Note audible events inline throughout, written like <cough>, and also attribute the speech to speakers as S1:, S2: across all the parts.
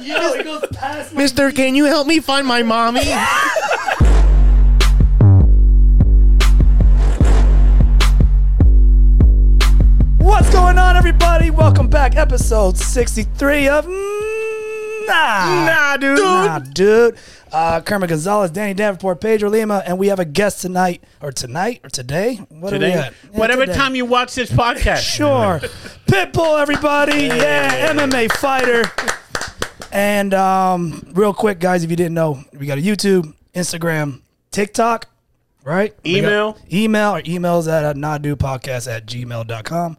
S1: You know, it goes past my.
S2: Mister, can you help me find my mommy?
S1: What's going on, everybody? Welcome back, episode 63 of Nah.
S2: Nah, dude.
S1: Nah, dude. Uh, Kermit Gonzalez, Danny Davenport, Pedro Lima, and we have a guest tonight, or tonight, or today. What are we
S3: Today.
S1: at? Yeah,
S2: Whatever
S1: today.
S2: time you watch this podcast.
S3: <laughs>
S1: Sure. Pitbull, everybody. Yeah, MMA fighter. And um, real quick, guys, if you didn't know, we got a YouTube, Instagram, TikTok, right? We got
S3: Email.
S1: Email. Our email's at uh, podcast at gmail.com.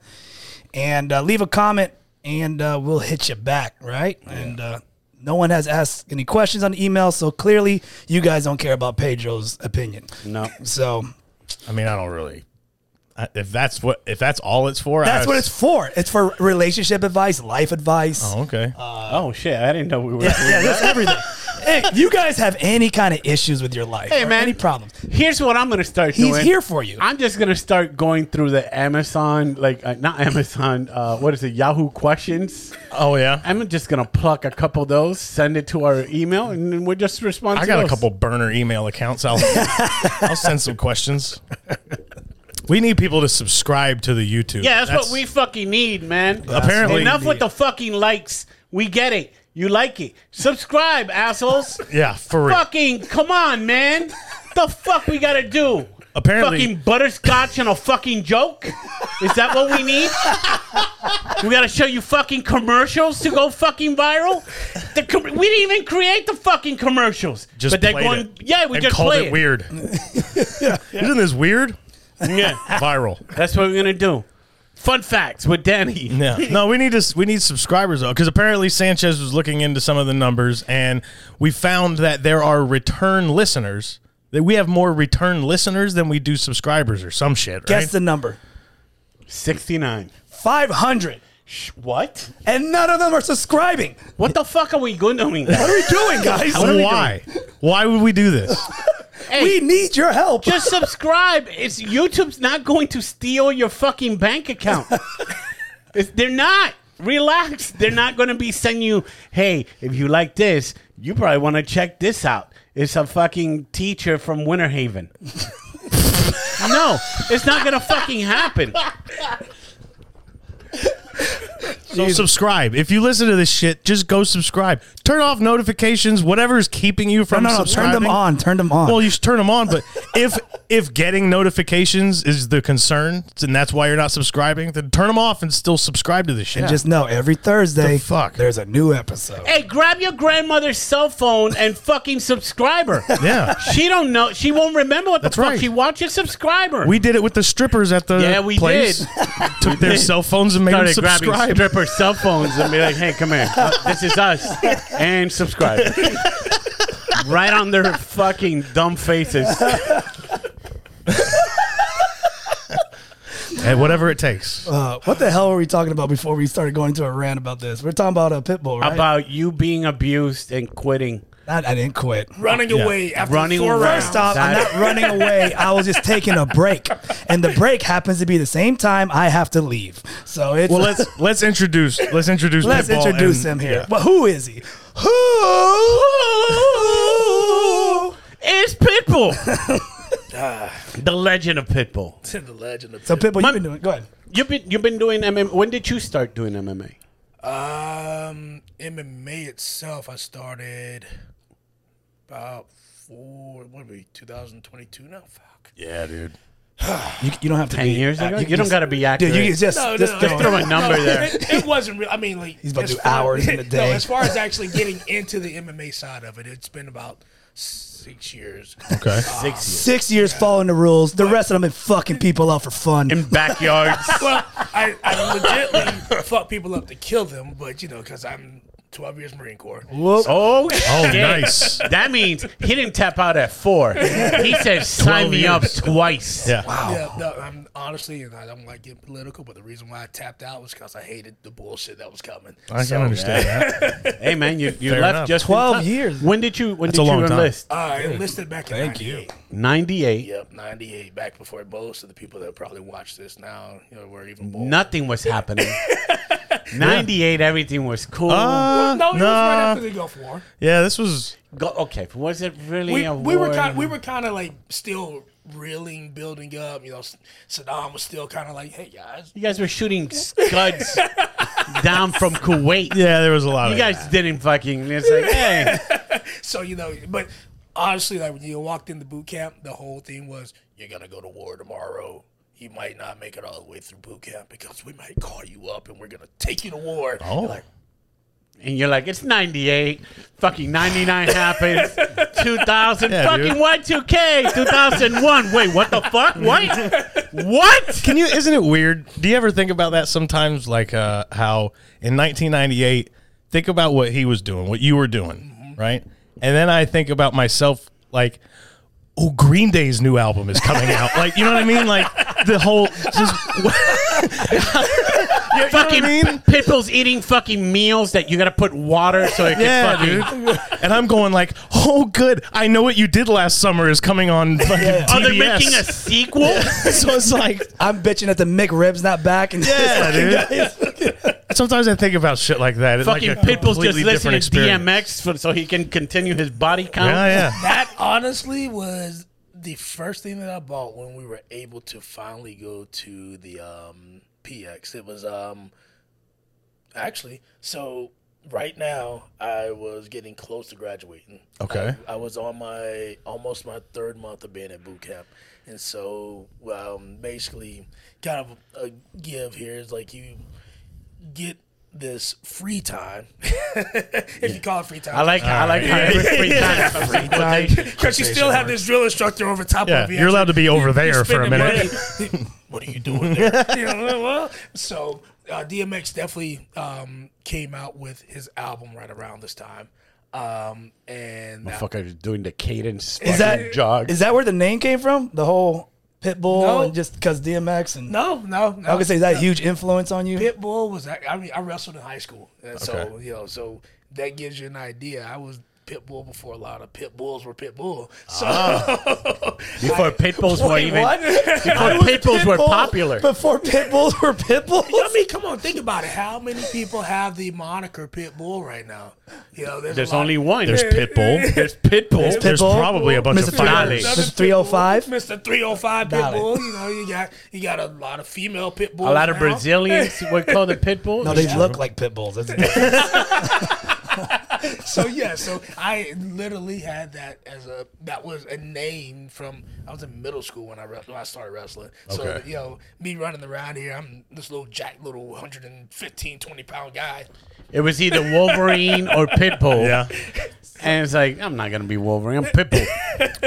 S1: And uh, leave a comment and uh, we'll hit you back, right? And uh, no one has asked any questions on the email, so clearly you guys don't care about Pedro's opinion.
S3: No.
S1: So
S4: I mean, I don't really. I, if that's what, if that's all it's for,
S1: that's
S4: I,
S1: what it's for. It's for relationship advice, life advice.
S4: Oh, <laughs> okay.
S2: Uh,
S3: oh shit! I didn't know we were.
S1: Yeah, that's everything. hey, you guys have any kind of issues with your life?
S3: Hey,
S1: or
S3: man.
S1: any problems?
S3: <laughs> Here's what I'm gonna start
S1: He's
S3: doing.
S1: here for you.
S3: I'm just gonna start going through the Amazon, like uh, not Amazon. Uh, what is it? Yahoo questions.
S4: oh yeah,
S3: I'm just gonna pluck a couple of those, send it to our email, and then we'll just respond.
S4: I
S3: to
S4: got a
S3: those.
S4: couple burner email accounts. I'll I'll send some
S2: <laughs>
S4: questions. We need people to subscribe to the YouTube.
S3: Yeah, that's, what we fucking need, man.
S4: Apparently-
S3: enough with the fucking likes. We get it. You like it. Subscribe, assholes.
S4: Yeah, for real.
S3: fucking come on, man. The fuck we gotta do?
S4: Apparently-
S3: fucking butterscotch and a fucking joke. Is that what we need? we gotta show you fucking commercials to go fucking viral. The com- we didn't even create the fucking commercials,
S4: Just
S3: but they're
S4: played
S3: going.
S4: it
S3: Yeah, we
S4: and
S3: just
S4: called
S3: play
S4: it
S2: <laughs>
S4: weird. Isn't this weird?
S3: Yeah,
S4: Viral.
S3: that's what we're gonna do. Fun facts with
S1: <laughs>
S3: Danny. <laughs>
S4: Yeah. No, we need to we need subscribers though, because apparently Sanchez was looking into some of the numbers, and we found that there are return listeners. That we have more return listeners than we do subscribers or some shit. Right?
S1: Guess the number.
S3: 69.
S1: Five hundred.
S3: Sh- What?
S1: And none of them are subscribing.
S3: What the fuck are we going doing?
S1: What are we doing, guys?
S4: So why? Why would we do
S1: <laughs>
S4: this?
S1: We need your help.
S3: Just subscribe. It's YouTube's not going to steal your fucking bank account. It's- they're not. Relax. They're not going to be sending you, hey, if you like this, you probably want to check this out. It's a fucking teacher from Winter Haven. <laughs> no, it's not going to fucking happen.
S4: So subscribe. If you listen to this shit, just go subscribe. Turn off notifications. Whatever is keeping you
S1: no,
S4: from
S1: no, no. Turn
S4: subscribing.
S1: them on. Turn them on.
S4: Well, you should turn them
S1: <laughs>
S4: on. But if if getting notifications is the concern, and that's why you're not subscribing, then turn them off and still subscribe to this shit.
S1: Just know every Thursday,
S4: The fuck?
S1: there's a new episode.
S3: Hey, grab your grandmother's cell phone and fucking subscribe her.
S4: yeah.
S3: She don't know. She won't remember what the
S4: That's
S3: fuck
S4: right.
S3: she watches. Subscribe her.
S4: We did it with the strippers at the
S3: Yeah, we
S4: place. <laughs>
S3: did.
S4: Took their cell phones and made
S3: started
S4: them
S3: grabbing
S4: subscribe.
S3: stripper cell phones and be like, "Hey, come here, this is us," and subscribe. right on their fucking dumb faces.
S4: Hey, whatever it takes.
S1: Uh, what the hell were we talking about before we started going to a rant about this? We're talking about a pit bull, right?
S3: About you being abused and quitting.
S1: I, I didn't quit.
S2: Running away after
S3: Running
S2: four
S3: away.
S2: rounds.
S1: First off, I'm not running away. I was just taking a break, and the break happens to be the same time I have to leave. So it's
S4: Well, let's let's introduce let's introduce
S1: let's
S4: Pitbull
S1: introduce
S4: and-
S1: him here.
S4: yeah.
S1: But who is he? Who? <laughs>
S3: It's Pitbull. the legend of Pitbull.
S2: the legend of
S1: So Pitbull,
S3: My-
S1: you've been doing. Go ahead.
S3: You've been you've been doing MMA. When did you start doing MMA?
S2: Um, MMA itself, I started about four. What are we? 2022 now. Fuck.
S4: Yeah, dude.
S1: You, you don't have to.
S3: Ten
S1: be,
S3: years ago. You, don't got to be accurate.
S1: Dude, you can just just throw
S3: throw
S2: <laughs>
S1: it.
S3: a number there.
S2: It, it wasn't real. I mean, like he's
S1: about to do
S2: <laughs>
S1: hours in a day.
S2: No, as far as actually getting into the MMA side of it, it's been about six years.
S4: Okay.
S1: Six years following the rules. The rest of them been fucking people out for fun.
S3: in backyards.
S2: Well, I, I legitly fuck people up to kill them, but you know, because I'm 12 years Marine Corps.
S3: Oh,
S4: Oh,
S3: shit.
S4: nice.
S3: That means he didn't tap out at four. He
S4: <laughs>
S3: said, "Sign me up twice."
S4: Yeah.
S2: Yeah, no, I'm honestly, and I don't like getting political, but the reason why I tapped out was because I hated the bullshit that was coming.
S4: I can understand
S3: <laughs>
S4: that.
S3: Hey man, you, you
S4: Fair
S3: left
S4: enough.
S3: just in
S1: 12
S3: time.
S1: years.
S3: When did you when
S4: That's
S3: did
S4: a long
S3: you
S4: time.
S3: enlist?
S2: I enlisted back in
S1: Thank you.
S2: 98.
S3: Ninety eight.
S2: Yep, 98, back before both. So the people that probably watch this now you know, were even born.
S3: Nothing
S4: <laughs>
S3: was happening. Ninety eight. Everything was cool.
S4: Uh,
S2: no, it was right
S4: nah.
S2: after the Gulf War.
S4: Yeah, this was
S3: Go, okay, was it really
S2: we,
S3: a
S2: we were
S3: war?
S2: kind we were kind of like still reeling, building up. You know, S- Saddam was still kind of like, hey guys,
S3: You guys were shooting
S4: <laughs>
S3: scuds down from Kuwait.
S4: yeah, there was a lot
S3: You
S4: of
S3: guys didn't fucking. It's like, hey,
S2: so you know. But honestly, like when you walked into boot camp, the whole thing was you're gonna go to war tomorrow. You might not make it all the way through boot camp because we might call you up and we're gonna take you to war.
S4: Oh.
S2: You're like,
S3: and you're like, it's ninety eight. Fucking ninety nine happens. Two thousand.
S4: Yeah, dude.
S3: fucking Y two K. Two thousand one. Wait, what the fuck? What? what?
S4: Can you? Isn't it weird? Do you ever think about that sometimes? Like uh, how in 1998, think about what he was doing, what you were doing, right? And then I think about myself, like, oh, Green Day's new album is coming
S3: <laughs>
S4: out. like, you know what I mean? Like the whole just. You know what I
S3: fucking
S4: mean?
S3: Pitbull's eating fucking meals that you gotta put water so it
S4: Yeah,
S3: can fucking.
S4: dude. And I'm going like, oh, good. I know what you did last summer is coming
S3: <laughs>
S4: on. Fucking
S3: Are
S4: TBS."
S3: they Oh, making
S4: <laughs>
S3: a sequel? <laughs>
S4: so it's like,
S1: I'm bitching that the Mick ribs not back. And <laughs>
S4: yeah, <laughs> dude. Sometimes I think about shit like that. It's like
S3: fucking
S4: a
S3: Pitbull's just
S4: completely different
S3: listening to
S4: experience.
S3: DMX for, so he can continue his body count.
S4: Yeah, yeah.
S2: that honestly was the first thing that I bought when we were able to finally go to the um, PX. It was um, actually so. Right now, I was getting close to graduating.
S4: Okay.
S2: I, I was on my almost my third month of being at boot camp, and so um, basically, kind of a give here is like you get this free time, <laughs> if you call it free time.
S3: I like I like how every
S4: <laughs>
S3: free time.
S2: Because you still have this drill instructor over top
S4: Yeah,
S2: of <laughs> you.
S4: you're allowed to be over there for a
S2: spending
S4: minute.
S2: money. <laughs> what are you
S4: <laughs>
S2: doing there? You know, well, so uh, DMX definitely um, came out with his album right around this time. Um, and that-
S3: Fucker doing the cadence.
S1: Is that is that where the name came from? The whole Pitbull
S2: No.
S1: and just because DMX and
S2: no, no, no.
S1: I would say is that a huge influence on you.
S2: Pitbull was I mean I wrestled in high school, and so
S4: Okay.
S2: you know so that gives you an idea. I was Pitbull before a lot of Pitbulls were Pitbull. So
S4: Ah.
S3: Before pitbulls were even
S1: What?
S3: before pitbulls were popular.
S1: before Pitbulls were Pitbulls.
S2: <laughs> I mean, come on, think about it. How many people have the moniker Pitbull right now? You know, there's, a
S3: There's
S2: lot-
S3: only one. There's
S4: Pitbull.
S3: There's pitbull.
S4: There's
S1: Pitbull,
S4: probably a bunch
S1: Mr.
S4: of fighters.
S3: Dolly.
S1: Mr. 305.
S2: Mr. 305
S1: Dolly.
S2: Pitbull. You know, you got you got a lot of female Pitbulls.
S3: A lot of
S2: now.
S3: Brazilians were called the pitbull.
S1: No, they look like Pitbulls. That's the-
S2: <laughs> So yeah, so I literally had that as a that was a name from I was in middle school when I re- when I started wrestling. So
S4: Okay.
S2: you know, me running around here, I'm this little jack little 115 20 pound guy.
S3: It was either Wolverine or Pitbull.
S4: Yeah,
S3: And it's like, I'm not gonna be Wolverine, I'm Pitbull.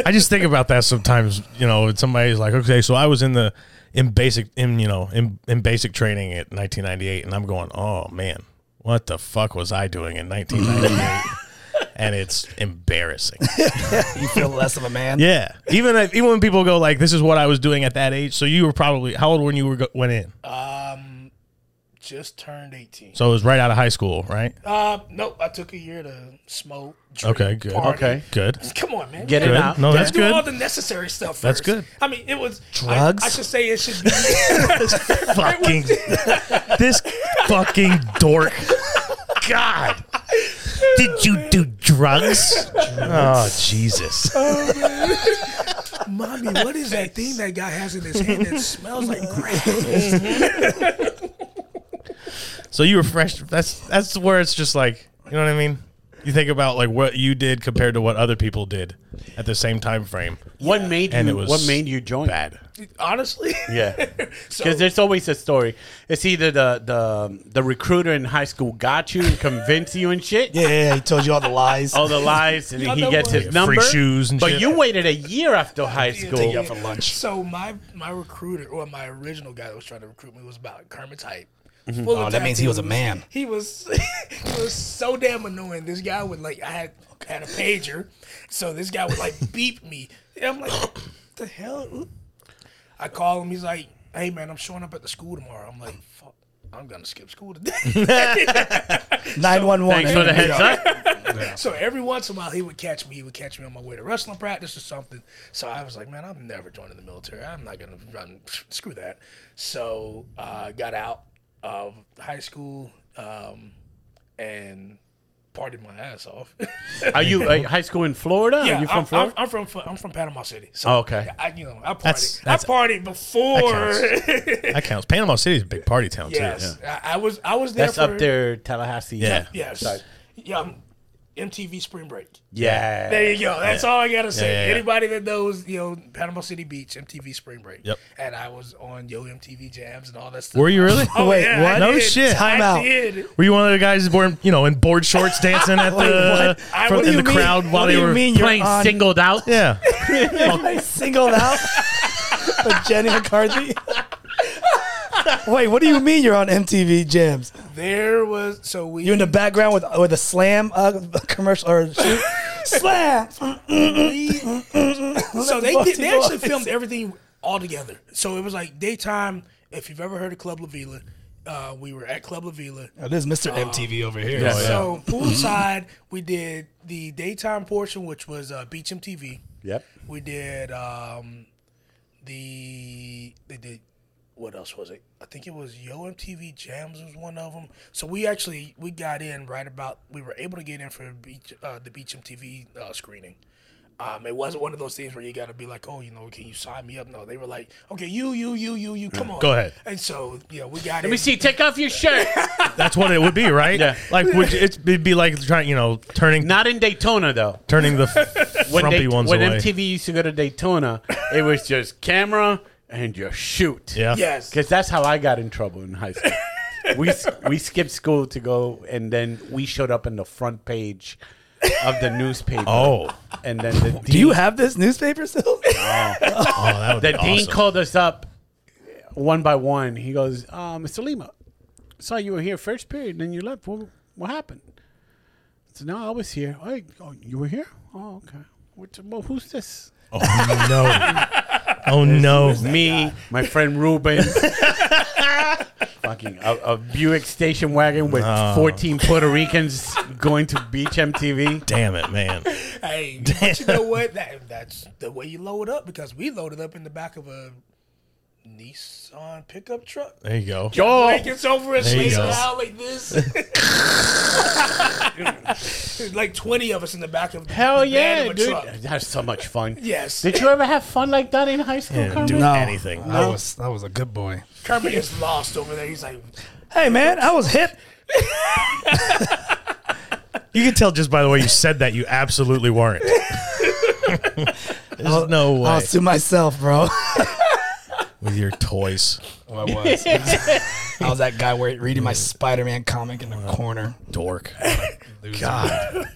S4: <laughs> I just think about that sometimes. You know, when somebody's like, okay, so I was in the in basic in you know in, in basic training at 1998, and I'm going, oh man, what the fuck was I doing in
S2: <laughs>
S4: 1998? and it's embarrassing.
S1: you feel less of a man.
S4: Yeah, even if, even when people go like, this is what I was doing at that age. So you were probably how old when you were go- went in?
S2: Just turned 18.
S4: So it was right out of high school, right?
S2: Uh, nope, I took a year to smoke. Drink,
S4: Okay, good.
S2: party.
S3: Okay.
S4: Good.
S2: Come on, man.
S3: Get it
S4: Good.
S3: out.
S4: No, that's
S2: do all
S4: good.
S2: the necessary stuff first.
S4: That's good.
S2: I mean, it was I-
S1: Drugs?
S2: I, should say it should be.
S4: fucking this fucking dork. God. Did you do drugs? Oh Jesus.
S2: Mommy, what is that thing that guy has in his hand that smells like grass?
S4: So you were fresh that's that's where it's just like you know what I mean? You think about like what you did compared to what other people did at the same time frame.
S3: What made
S4: And
S3: you
S4: it was
S3: what made you join?
S4: Bad.
S2: Honestly,
S3: Yeah.
S2: <laughs> So-
S3: Because there's always a story. It's either the, the the recruiter in high school got you and convinced you and shit.
S1: Yeah, yeah, yeah, he told you all the lies.
S3: All the lies, and
S2: Y'all
S3: he
S2: know
S3: gets
S2: what?
S3: his
S2: Free
S3: number.
S4: shoes and
S3: but
S4: shit.
S3: you waited a year after high
S2: Yeah,
S3: school.
S2: yeah.
S1: for lunch.
S2: So my my recruiter or my original guy that was trying to recruit me was about Kermit's height. Full
S1: Oh,
S2: of
S1: that means he was a
S2: tattoos.
S1: man.
S2: He was <laughs> he was so damn annoying. This guy would like I had had a pager, so this guy
S1: <laughs>
S2: would like beep me. And I'm like, what the hell? I call him. He's like, hey man, I'm showing up at the school tomorrow. I'm like, fuck, I'm gonna skip school today.
S1: Nine one one.
S3: Thanks for the heads up.
S2: so every once in a while he would catch me. He would catch me on my way to wrestling practice or something. So I was like, man, I'm never joining the military. I'm not gonna run. <sniffs> Screw that. So uh, got out of high school um, and partied my ass off. <laughs>
S3: Are you uh, high school in Florida? Are you from
S2: I'm,
S3: Florida?
S2: I'm, I'm from I'm from Panama City. So
S3: Oh, okay.
S2: I, you know, I partied.
S4: That's- that's-
S2: I partied before. <laughs>
S4: That counts. Panama City is a big party town
S2: yes,
S4: too.
S2: I, I was I was there.
S3: That's
S2: for,
S3: up there, Tallahassee.
S4: Yeah.
S2: Yes. Yeah. um, MTV Spring Break.
S3: Yeah.
S2: There you go. That's all I gotta say.
S4: yeah, yeah.
S2: Anybody that knows, you know, Panama City Beach, MTV Spring Break.
S4: Yep.
S2: And I was on Yo MTV jams and all that stuff.
S4: Were you really?
S2: Oh,
S1: Wait,
S2: yeah,
S1: what?
S2: I
S4: No
S2: did.
S4: shit.
S1: Time
S2: I
S1: out.
S2: did.
S4: Were you one of the guys born, you know, in board shorts dancing
S2: <laughs>
S4: at the
S2: I-
S4: from-
S2: what do
S4: uh, in the
S2: you mean?
S4: crowd while
S1: What do
S4: they
S1: you
S4: were
S1: mean you're
S3: Playing
S1: on, <laughs>
S3: singled out.
S4: Yeah,
S1: singled out? <laughs> With Jenny McCarthy. <laughs> Wait, what do you mean you're on MTV Jams?
S2: There was so we
S1: You're in the background with with a slam uh, <laughs> commercial or <laughs> shoot? slam.
S4: <laughs>
S2: so they
S1: fuck
S2: did,
S1: you
S2: they actually
S1: guys.
S2: filmed everything all together. So it was like daytime. If you've ever heard of Club La Vila, uh, we were at Club La Vila.
S1: Oh, this is Mr. MTV over here.
S4: Oh, Yeah.
S2: So poolside, we did the daytime portion, which was uh, Beach MTV.
S3: Yep.
S2: We did um, the they did what else was it? I think it was Yo MTV Jams was one of them. So we actually we got in right about we were able to get in for beach, uh, the Beach MTV uh, screening. Um, it wasn't one of those things where you got to be like, oh, you know, can you sign me up? No, they were like, okay, you, you, you, you, you, come on,
S4: Mm, Go ahead.
S2: And so yeah, we got
S3: Let
S2: in.
S3: me see. Take off your
S2: <laughs>
S3: shirt.
S4: that's what it would be, right?
S3: Yeah.
S4: like would you, it's- it'd be like trying, you know, turning
S3: Not in Daytona though.
S4: turning the f-
S3: <laughs> When,
S4: frumpy
S3: they,
S4: ones
S3: when
S4: away.
S3: MTV used to go to Daytona, it was just camera and you shoot.
S4: yeah,
S2: yes,
S3: Because that's how I got in trouble in high
S2: <laughs>
S3: school. we s- we skipped school to go, and then we showed up in the front page of
S2: <laughs>
S3: the newspaper.
S4: Oh,
S3: and then the dean,
S1: Do you have this newspaper still? <laughs>
S4: oh, that would
S3: the
S4: be
S3: dean
S4: awesome.
S3: called us up one by one. He goes, uh, "Mr. Lima, saw you were here first period, and then you left. What, what happened?" So no, I was here. Oh, oh, you were here? Oh, okay. What, well, who's this?
S4: oh no,
S3: <laughs>
S4: oh no,
S3: me, Ah, my friend <laughs> Ruben. Fucking a, a Buick station wagon with 14 Puerto Ricans going to Beach MTV.
S4: damn it, man.
S2: Hey, but you know what? That, that's the way you load up because we loaded up in the back of a Nissan pickup truck.
S4: There you go.
S3: Yo,
S2: Like it's over and
S4: There you
S2: lays
S4: go.
S2: out like this.
S3: <laughs>
S2: There's like 20 of us in the back of
S3: hell
S2: the van
S3: yeah,
S2: of a
S3: dude.
S2: truck.
S3: That's so much fun.
S2: Yes.
S3: Did you ever have fun like that in high school,
S4: Yeah,
S3: Carmen?
S4: do
S1: No.
S4: anything.
S1: I was I was a good boy.
S2: Kermit is lost over there. He's like,
S1: Hey man, I was hip.
S4: You can tell just by the way you said that you absolutely
S3: <laughs>
S4: weren't.
S3: Oh,
S4: There's no way
S1: I was to myself, bro.
S4: with your toys.
S1: I was. <laughs> I was that guy where reading my Spider-Man comic in the corner.
S4: Dork. God.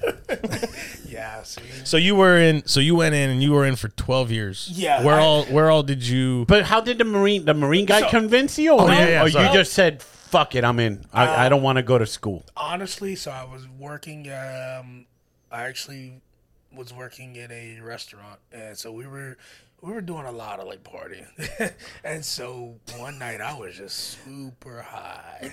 S2: yeah, see.
S4: So you were in. So you went in, and you were in for twelve years.
S2: Yeah,
S4: Where
S2: I-
S4: all? Where all did you?
S3: But how did the Marine the Marine guy convince you? Or,
S4: Oh, yeah, yeah,
S3: or you
S4: sorry.
S3: just said, fuck it, I'm in. I, I don't want to go to school.
S2: Honestly, so I was working, um, I actually was working at a restaurant. And so we were. We were doing a lot of like partying, <laughs> and so one night I was just super high.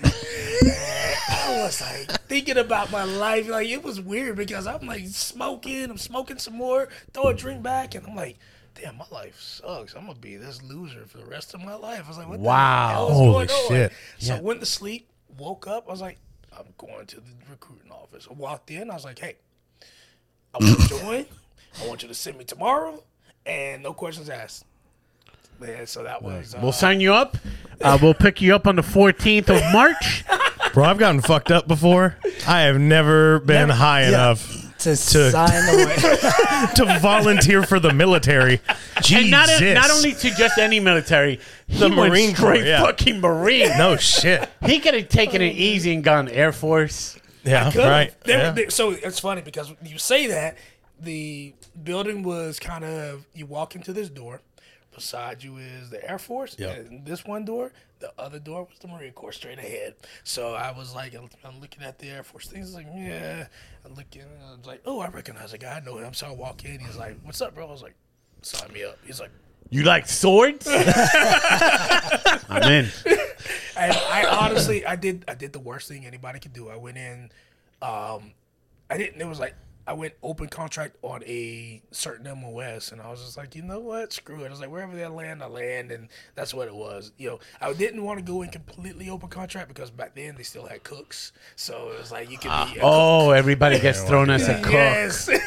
S2: I was like thinking about my life. Like it was weird because I'm like smoking, I'm smoking some more, throw a drink back, and I'm like, damn, my life sucks. I'm gonna be this loser for the rest of my life. I was like, what
S3: Wow.
S2: the hell is
S4: Holy
S2: going
S4: shit.
S2: on? So I went to sleep, woke up, I was like, I'm going to the recruiting office. I walked in, I was like, hey, I want
S4: <laughs>
S2: you to join. I want you to send me tomorrow, and no questions asked. Man, so that was uh,
S3: We'll sign you up. Uh, we'll pick you up on the 14th of
S4: <laughs>
S3: March.
S4: Bro, I've gotten fucked up before. I have never been high enough
S1: To, sign
S4: <laughs>
S1: away.
S4: to volunteer for the military. Jesus.
S3: <laughs> And not, not only to just any military, he
S4: The
S3: went
S4: Marine Corps,
S3: straight
S4: yeah.
S3: fucking Marine.
S4: No shit.
S3: He could have taken it easy and gone Air Force.
S4: Yeah.
S2: Could've.
S4: Right.
S2: They-
S4: yeah.
S2: they- so it's funny because you say that the building was kind of you walk into this door. beside you is the Air Force.
S4: Yeah.
S2: And this one door, the other door was the Marine Corps straight ahead. So I was like, I'm I'm looking at the Air Force things, like, yeah. I'm looking, and I was like, oh, I recognize a guy. I know him. So I walk in. He's like, what's up, bro? I was like, sign me up. He's like,
S3: You
S4: <laughs>
S3: like swords? I'm in.
S2: And I honestly, I did, I did the worst thing anybody could do. I went in, um, I didn't. It was like I went open contract on a certain MOS, and I was just like, you know what, screw it. I was like, wherever they land, I land, and that's what it was. You know, I didn't want to go in completely open contract because back then they still had cooks, so it was like you could be. A
S3: Oh, everybody gets thrown as a
S2: cook.
S3: cook.
S2: Yes, <laughs>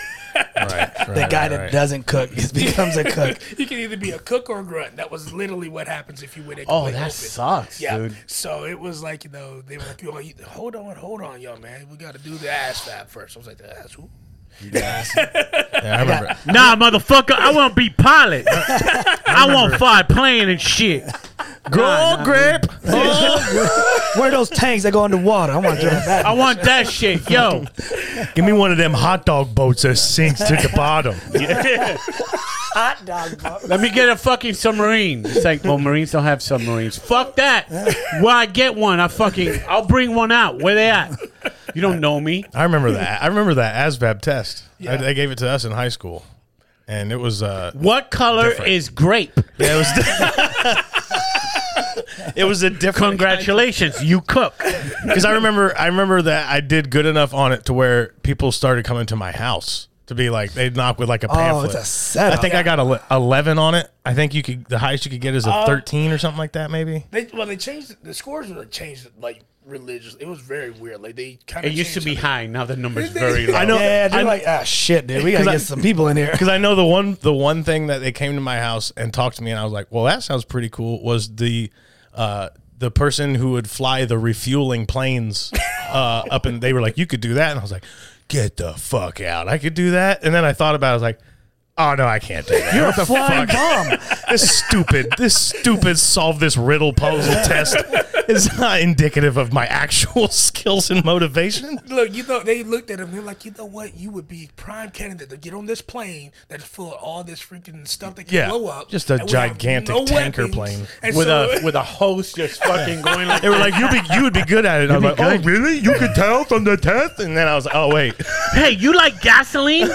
S4: Right, <laughs>
S1: The guy that doesn't cook just becomes a cook.
S2: you can either be a cook or a grunt. That was literally what happens if you went in.
S3: Oh,
S2: completely
S3: that
S2: open.
S3: sucks,
S2: Yeah.
S3: dude.
S2: So it was like, you know, they were like, yo, you, hold on, hold on, yo, man. We got to do the ass fab first. I was like, the ass who?
S4: Yeah, I remember. it.
S3: Nah, motherfucker, I want to be pilot. I want to fly a plane and shit. Nah, nah,
S4: Gold grip.
S1: Where are those tanks that go underwater? I want to drive that.
S3: I want that shit, yo.
S4: Give me one of them hot dog boats that sinks to the <laughs> bottom.
S1: Hot dog. bro.
S3: Let me get a fucking submarine. It's like, well, Marines don't have submarines. Fuck that. Well, I get one. I fucking, I'll bring one out. Where they at? You don't know me.
S4: I remember that. I remember that ASVAB test.
S2: Yeah.
S4: I, they gave it to us in high school, and it was <laughs> uh,
S3: What color
S4: Different.
S3: is grape?
S4: yeah, it was. it was a different.
S3: Congratulations, you cook.
S4: Because I remember, I remember that I did good enough on it to where people started coming to my house to be like they'd knock with like a
S1: <laughs> Oh,
S4: pamphlet.
S1: it's a setup.
S4: I think I got ele- eleven on it. I think you could the highest you could get is a thirteen or something like that, maybe.
S2: They, well, they changed it- the scores, were changed like religious. It was very weird. Like they kind of
S3: It used to be high. Now the number's very low.
S4: I know.
S1: yeah, they're
S4: I-
S1: like, ah, shit, dude. We gotta
S4: <laughs> 'Cause I-
S1: get some people in here.
S4: Because I know the one the one thing that they came to my house and talked to me, and I was like, "Well, that sounds pretty cool." Was the uh, the person who would fly the refueling planes uh, up, and they were like, "You could do that," and I was like, "Get the fuck out! I could do that." And then I thought about, it, I was like, "Oh no, I can't do that." You're what the
S1: Flying
S4: fuck?
S1: bomb.
S4: this stupid, this stupid solve this riddle puzzle test is not indicative of my actual <laughs> skills and motivation.
S2: Look, you know, they looked at him. They're like, you know what? You would be prime candidate to get on this plane that's full of all this freaking stuff that can
S4: Yeah,
S2: blow up.
S4: just a
S2: and we have
S4: gigantic tanker plane
S2: And
S3: with
S2: <laughs> so,
S3: a with a host just fucking going like
S4: They were like, "You be you would be good at it." I was like, "Oh, really? You could tell from the test?" And then I was like, "Oh, wait."
S3: Hey, you like <laughs> gasoline?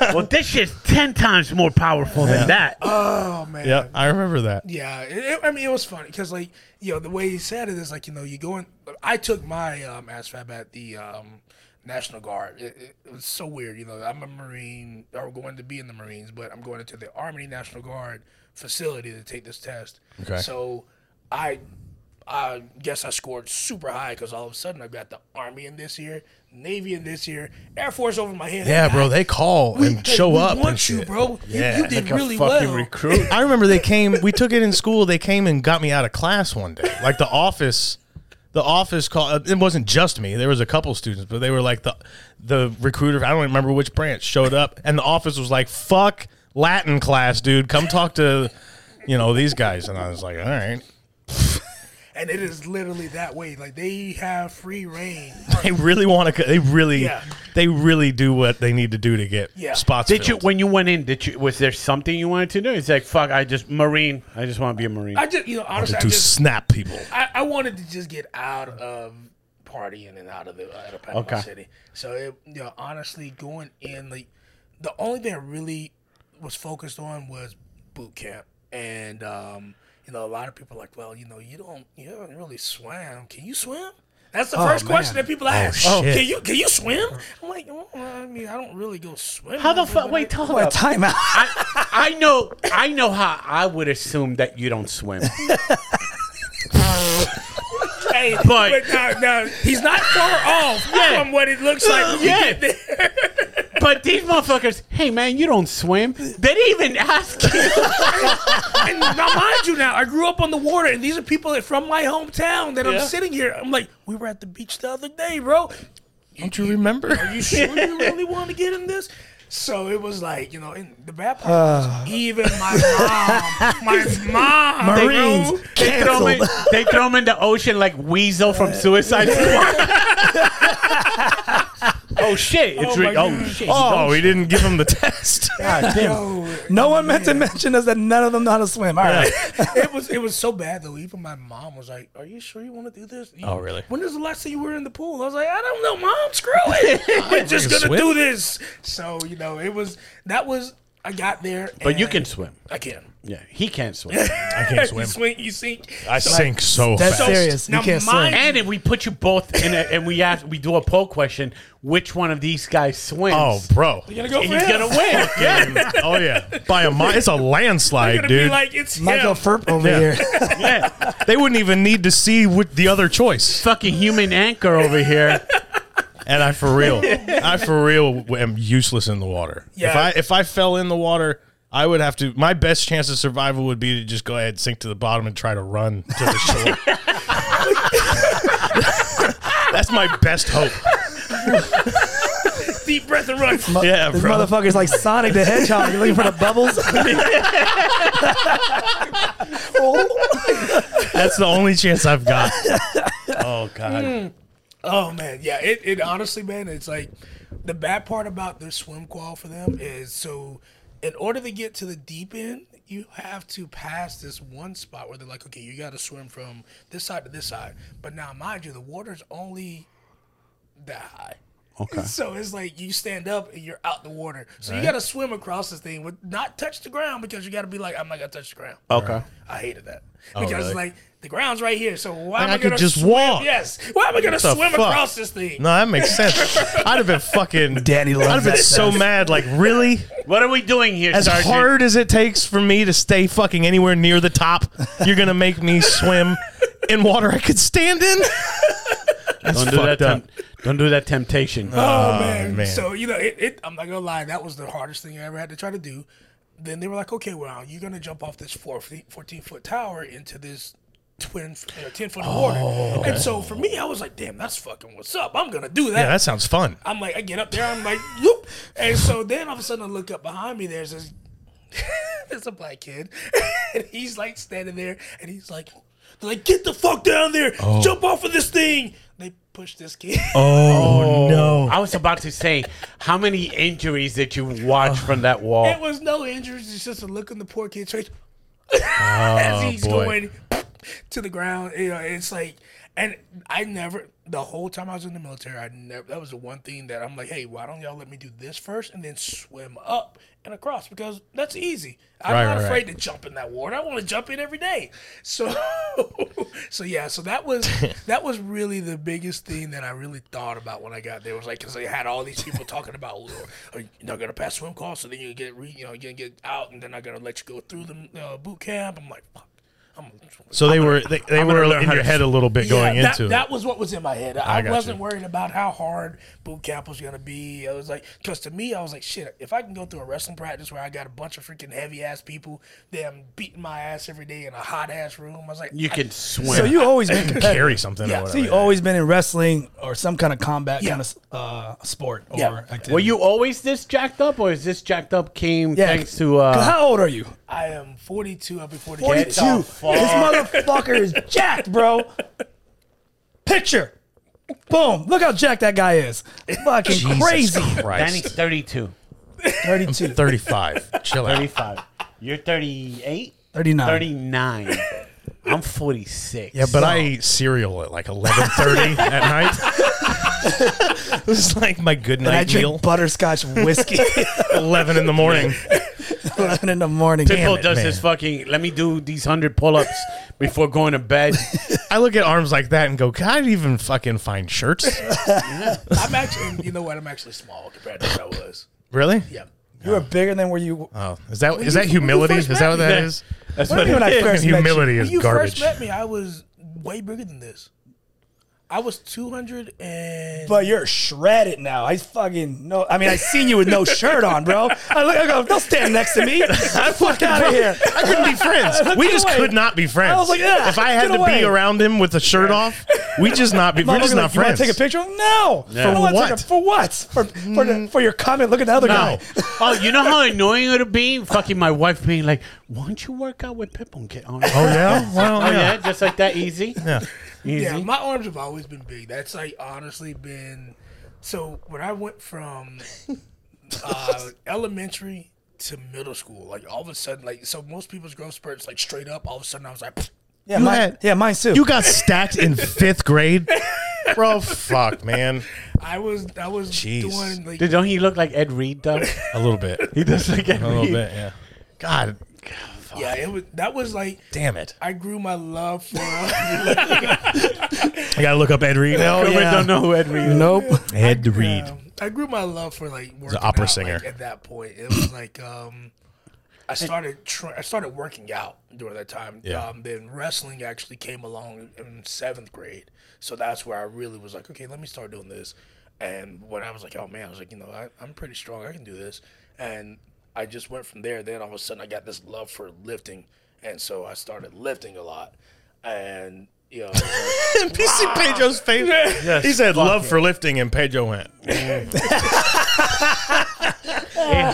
S3: well, this shit's ten times more powerful than that.
S2: oh man,
S4: Yeah, I remember that.
S2: Yeah, it, it- I mean, it was funny because, like, you know, the way he said it is like, you know, you go in. I took my um, ASVAB at the um, National Guard. It, it, it was so weird, you know. I'm a Marine, or going to be in the Marines, but I'm going into the Army National Guard facility to take this test.
S4: Okay.
S2: So, I, I guess I scored super high because all of a sudden I've got the Army in this year, Navy in this year, Air Force over my head.
S4: Yeah, bro, they call and
S2: Hey,
S4: show
S2: we
S4: up
S2: want
S4: and
S2: you,
S4: shit.
S2: bro. You-
S4: Yeah.
S2: you, did really well.
S3: recruit.
S4: I remember they came. We took it in school. They came and got me out of class one day. Like the office, the office called. It wasn't just me. There was a couple students, but they were like the the recruiter. I don't remember which branch showed up, and the office was like, "Fuck Latin class, dude. Come talk to, you know, these guys." And I was like, "All right."
S2: and it is literally that way. Like they have free reign.
S4: They really want to. They really,
S2: Yeah.
S4: they really do what they need to do to get
S2: Yeah.
S4: spots.
S3: Did you
S4: filled.
S3: when you went in? Did you was there something you wanted to do? It's like fuck. I just marine. I just want to be a marine.
S2: <laughs> I just, you know, honestly, I
S4: to
S2: just,
S4: snap people?
S2: I, I wanted to just get out of partying and out of the out of Panama
S3: Okay.
S2: City. So, it, you know, honestly, going in like the only thing I really was focused on was boot camp, and um, you know, a lot of people are like, well, you know, you don't, you haven't really swam. Can you swim? That's the first question
S1: man.
S2: that people ask.
S4: Oh, shit.
S2: can you can you swim? I'm like, "Oh, I mean, I don't really go swim.
S3: How the fuck? Wait, hold up.
S1: Timeout.
S3: I, I know. I know how. I would assume that you don't <laughs> swim.
S2: Hey,
S3: But-
S2: but, no, no, he's not far off
S3: Yeah.
S2: from what it looks like. When
S3: <laughs> Yeah.
S2: you get there.
S3: But these motherfuckers. Hey man, you don't swim. They didn't even ask you.
S2: <laughs> And now, mind you, now I grew up on the water, and these are people that from my hometown that I'm
S3: Yeah.
S2: sitting here. I'm like, we were at the beach the other day, bro.
S4: Don't you remember?
S2: You sure you really want to get in this? So it was like, you know, and the bad part was even my mom, my mom,
S1: Marines
S2: bro,
S3: They throw, me,
S1: canceled.
S3: they throw him in the ocean like Weasel from Suicide Squad. Oh shit! It's
S2: my
S3: re- oh
S2: God.
S3: shit!
S4: Oh, he didn't give him the <laughs> test.
S3: God damn.
S1: No one meant to mention us that none of them know how to swim. All right.
S2: <laughs> it was it was so bad though. Even my mom was like, "Are you sure you want to do this?" You-
S4: Oh, really?
S2: When was the last time you were in the pool? I was like, "I don't know, mom.
S4: <laughs>
S2: Screw it. We're just gonna
S4: swim.
S2: do this." So you know, it was that was. I got there,
S3: But you
S2: and-
S3: can swim.
S2: I can.
S3: Yeah, he can't swim.
S4: I can't
S2: <laughs> You
S4: swim.
S2: swing, you sink.
S4: I sink so
S1: That's
S4: fast.
S1: serious.
S2: now
S1: you can't
S2: mine-
S1: swim.
S3: <laughs> and if we put you both in, a, and we ask, we do a poll question: Which one of these guys swims?
S4: Oh, bro.
S2: <laughs> You're gonna go for
S3: he's
S2: him.
S3: gonna win. yeah,
S4: Oh <laughs> yeah, by a mile. It's a
S2: You're
S4: landslide,
S2: gonna
S4: dude.
S2: be like, "It's
S1: Michael
S2: him."
S1: Furp
S4: <laughs>
S1: over
S4: Yeah.
S1: here.
S3: yeah.
S4: they wouldn't even need to see what the other choice.
S3: Fucking human anchor over here.
S4: And I for real, <laughs> I for real am useless in the water. If
S2: Yeah.
S4: I if I fell in the water, I would have to. My best chance of survival would be to just go ahead, sink to the bottom, and try to run to the <laughs> shore. That's my best hope.
S2: deep breath and run.
S4: <laughs> Yeah,
S1: This
S4: bro.
S1: motherfucker's like Sonic the Hedgehog. You're looking for
S4: <laughs>
S1: the bubbles? <laughs>
S4: That's the only chance I've got. Oh god.
S2: Oh man, yeah. It, it honestly, man, it's like the bad part about the swim qual for them is so. In order to get to the deep end, you have to pass this one spot where they're like, okay, you got to swim from this side to this side. But now, mind you, the water's only that high.
S3: Okay.
S2: <laughs> So it's like you stand up and you're out the water. So you got to swim across this thing with not touch the ground because you got to be like, I'm not gonna touch the ground.
S3: Okay.
S2: I hated that because
S4: Oh, really?
S2: like the ground's right here. So
S4: Like,
S2: why am I,
S4: I could
S2: gonna
S4: just
S2: swim?
S4: walk.
S2: Yes. Why am I gonna
S4: the
S2: swim
S4: fuck?
S2: across this thing?
S4: No, that makes sense. I'd have been fucking.
S1: Danny loves
S4: I'd have been
S1: that
S4: so
S1: sense.
S4: mad. Like, really?
S3: What are we doing here,
S4: As
S3: Sergeant?
S4: hard as it takes for me to stay fucking anywhere near the top, you're gonna make me swim in water I could stand in. That's
S3: don't do that.
S4: fucked up.
S3: temp- don't do that temptation.
S2: Oh man.
S4: man.
S2: So you know, it, it. I'm not gonna lie, that was the hardest thing I ever had to try to do. Then they were like, okay, well, you're gonna jump off this four feet, 14 foot tower into this twin, uh, 10 foot water. And so for me, I was like, damn, that's fucking what's up. I'm gonna do that.
S4: Oh, Yeah, that sounds fun.
S2: I'm like, I get up there, I'm like, whoop. And so then all of a sudden, I look up behind me. There's this, <laughs> there's a black kid, <laughs> and he's like standing there, and he's like, they're like, get the fuck down there, jump off of this thing. They push this kid.
S4: Oh, no!
S3: I was about to say, how many injuries did you watch from that wall?
S2: It was no injuries. It's just a look in the poor kid's face <laughs> as he's
S4: Oh, boy.
S2: going to the ground. You know, it's like, and I never the whole time I was in the military. I never. That was the one thing that I'm like, hey, why don't y'all let me do this first and then swim up and across because that's easy. I'm
S4: Right,
S2: not
S4: right,
S2: afraid to jump in that water. I want to jump in every day. So, <laughs> so yeah. So that was that was really the biggest thing that I really thought about when I got there was like because I had all these people talking about, oh, are you not gonna pass swim calls? So then you get re, you know you're gonna get out and they're not gonna let you go through the uh, boot camp. I'm like, fuck. I'm
S4: So they were they, they
S3: gonna
S4: were
S3: learn
S4: in
S3: how
S4: your
S3: to-
S4: head a little bit going
S2: yeah, that,
S4: into
S2: that was what was in my head. I,
S4: I got
S2: wasn't
S4: you.
S2: worried about how hard boot camp was gonna be. I was like, because to me, I was like, shit. If I can go through a wrestling practice where I got a bunch of freaking heavy ass people, them beating my ass every day in a hot ass room, I was like,
S3: you
S2: I-
S3: can swim.
S1: so you always been
S4: it.
S1: competitive.
S4: Carry something.
S2: Yeah,
S4: or
S2: so
S4: whatever.
S1: So you always been in wrestling or some kind of combat
S2: Yeah.
S1: kind of uh, sport or
S2: Yeah.
S1: activity.
S3: were you always this jacked up, or is this jacked up came
S1: Yeah.
S3: thanks to?
S1: 'Cause
S3: Uh,
S1: how old are you?
S2: I am 42. I'll be 42.
S3: Get the fuck-
S1: This motherfucker is jacked, bro. Picture. Boom. Look how jacked that guy is. Fucking
S4: Jesus
S1: crazy.
S3: Danny's
S4: Christ.
S3: thirty-two.
S2: <laughs>
S1: 32.
S4: Thirty-five. Chill out.
S3: 35. You're 38?
S1: 39.
S3: 39. I'm 46.
S4: Yeah, but I eat cereal at like eleven thirty <laughs> at night. this is like my good
S1: And I
S4: night meal.
S2: <laughs>
S1: drink butterscotch whiskey <laughs>
S4: Eleven in the morning.
S1: 11 in the morning.
S3: Pitbull
S4: it,
S3: does
S4: man.
S3: this fucking, let me do these 100 pull ups before going to bed.
S4: I look at arms like that and go, can I even fucking find shirts?
S2: I'm actually, you know what? I'm actually small compared to what I was.
S4: Really?
S2: Yeah.
S1: You were bigger than where you
S4: Oh, is that is
S2: you-
S4: that
S2: when you
S4: humility? Is
S2: first
S4: that what
S2: met
S4: that
S2: me-
S4: is?
S3: That's
S1: do you mean
S3: what
S1: I
S3: it is.
S1: first- met
S4: humility
S2: When
S4: is
S2: you
S4: garbage.
S2: first met me, I was way bigger than this. I was 200 and.
S1: But you're shredded now. I fucking no. I mean, I seen you with
S4: <laughs>
S1: no shirt on, bro. I look. I go. Don't stand next to me. I fuck out of here.
S4: I couldn't be friends. We
S1: Get
S4: just
S1: away.
S4: could not be friends.
S1: I was like, "Ugh,
S4: if I had
S1: get
S4: to
S1: away."
S4: be around him with a shirt off, we just not be. We're
S1: Motherfucker,
S4: just not
S1: like, you wanna
S4: friends.
S1: take a picture? No. I don't
S4: For
S1: wanna take a-
S4: what? Mm.
S1: for what? For for, the, for your comment. Look at the other
S4: No.
S1: guy.
S3: Oh, you know how annoying it would be? Fucking my wife being like, why don't you work out with Pitbull and get on?
S4: Oh yeah. Well,
S3: Oh,
S4: yeah.
S3: yeah, just like that, easy.
S4: yeah.
S3: Easy.
S2: Yeah, my arms have always been big. That's like honestly been So when I went from uh, elementary to middle school, like all of a sudden, like so most people's growth spurts like straight up. All of a sudden, I was like, <sniffs>
S1: Yeah, mine,
S4: had-
S1: yeah, mine too.
S4: You got stacked in fifth grade, bro. Fuck, man.
S2: I was, I was
S4: Jeez.
S2: doing like
S3: Dude, don't he look like Ed Reed <laughs> though?
S4: A little bit,
S3: he does look Ed
S4: a little
S3: Reed.
S4: bit, yeah. God
S2: yeah, it was that was like
S4: damn it!
S2: I grew my love for.
S4: I gotta look up Ed Reed.
S3: Oh,
S4: Hell
S3: we
S1: yeah.
S3: don't know who Ed Reed. is.
S1: nope.
S4: Ed Reed. <laughs>
S2: Yeah. I grew my love for like working
S4: opera
S2: out,
S4: singer.
S2: like, at that point. It was like um, I started tr- I started working out during that time.
S4: Yeah.
S2: Um, then wrestling actually came along in seventh grade, so that's where I really was like, okay, let me start doing this. And when I was like, oh man, I was like, you know, I, I'm pretty strong. I can do this. And I just went from there. Then all of a sudden, I got this love for lifting, and so I started lifting a lot. And you know,
S4: PC Pedro's face. he said, "Love for lifting," and Pedro went.
S3: It <laughs>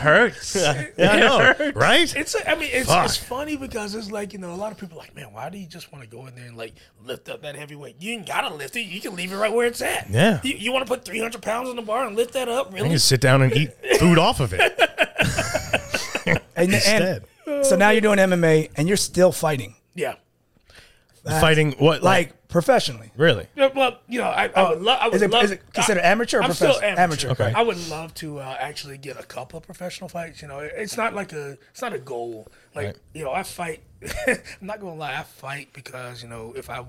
S3: hurts.
S4: Yeah, I know, right?
S2: It's I mean it's,
S4: Fuck.
S2: it's funny because it's like you know a lot of people are like man why do you just want to go in there and like lift up that heavy weight you ain't gotta lift it you can leave it right where it's at
S4: Yeah.
S2: you, you want to put three hundred pounds on the bar and lift that up
S4: You
S2: really
S4: can sit down and eat food off of it.
S1: And, and
S4: Instead.
S1: so now you're doing MMA and you're still fighting,
S2: yeah
S4: Fighting what?
S1: like professionally.
S4: really?
S2: Yeah, well you know I, I would, lo- I would
S1: Oh, Is it-
S2: love
S1: is it considered amateur or
S2: I'm still
S1: professional?
S2: amateur,
S1: Amateur,
S4: okay.
S2: I would love to uh, actually get a couple of professional fights you know It- it's not like a it's not a goal like
S4: Right.
S2: you know I fight <laughs> I'm not gonna lie I fight because you know if I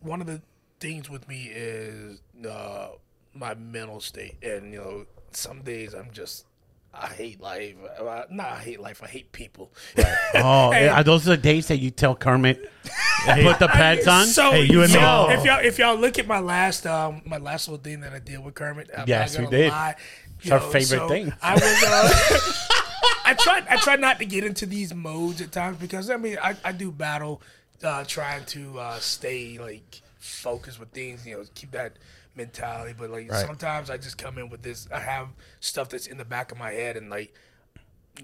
S2: one of the things with me is uh, my mental state, and you know, some days I'm just I hate life. Uh, Not I hate life. I hate people. <laughs>
S3: Oh, are those the days that you tell Kermit put the pads on?
S2: So
S4: Hey, you and me.
S2: so If y'all if y'all look at my last um my last little thing that I did with Kermit, I'm
S3: Yes,
S2: not
S3: we
S2: gonna
S3: did.
S2: Lie. It's
S3: our favorite thing.
S2: I was. Uh, I tried. I tried not to get into these modes at times because I mean I, I do battle, uh, trying to uh, stay like focused with things. You know, keep that mentality. But like
S4: Right.
S2: sometimes I just come in with this. I have stuff that's in the back of my head and like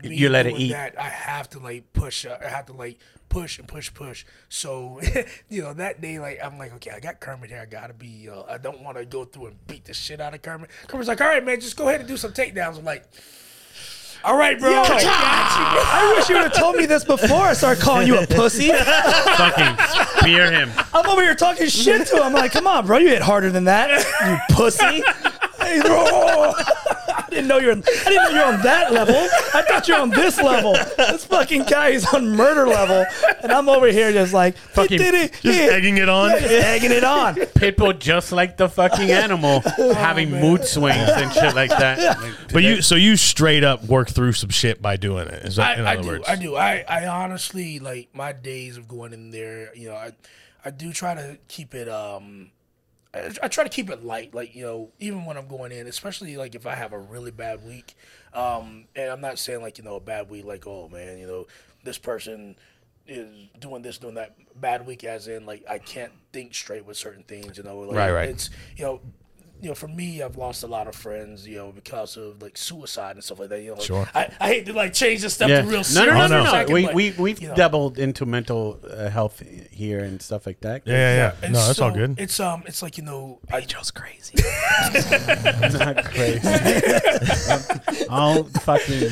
S2: me
S3: You let it
S2: doing
S3: eat.
S2: That, I have to like push. uh, I have to like push and push, push. So <laughs> you know that day, like I'm like, okay, I got Kermit here. I gotta be. Uh, I don't want to go through and beat the shit out of Kermit. Kermit's like, all right, man, just go ahead and do some takedowns. I'm like, all right, bro. I got you, bro."
S1: I wish you would have told me this before I started calling you
S4: <laughs>
S1: a pussy.
S3: Fucking spear him.
S1: I'm over here talking shit to him. I'm like, come on, bro, you hit harder than that, you pussy. Hey, bro. I didn't know you're. I didn't know you're on that level. I thought you're on this level. This fucking guy is on murder level, and I'm over here just like fucking did it.
S4: Just
S1: yeah,
S4: egging it on.
S1: yeah, <laughs> just egging it on.
S3: Pitbull, just like the fucking animal, having mood swings and shit like that.
S4: But you, so you straight up work through some shit by doing it. Is that, in
S2: I, I
S4: other
S2: do,
S4: words,
S2: I do. I, I honestly like my days of going in there. You know, I, I do try to keep it. Um, I, I try to keep it light. Like you know, even when I'm going in, especially like if I have a really bad week. Um, and I'm not saying like you know a bad week. Like oh man, you know this person is doing this doing that bad week as in like I can't think straight with certain things. You know, like,
S4: Right, right.
S2: It's you know. You know, for me, I've lost a lot of friends, you know, because of like suicide and stuff like that. You know,
S4: Sure.
S2: I, I hate to like change this stuff
S3: Yeah.
S2: to real
S3: No, no,
S2: serious.
S3: no,
S4: no,
S3: no,
S4: no.
S3: no.
S2: second,
S3: We,
S2: but,
S3: we, we've
S2: you know,
S3: doubled into mental uh, health here and stuff like that.
S4: yeah, yeah, yeah.
S2: and
S4: No, that's
S2: so
S4: all good.
S2: It's um, it's like you know, I,
S1: Joe's crazy.
S3: Not crazy. <laughs> I'll fucking.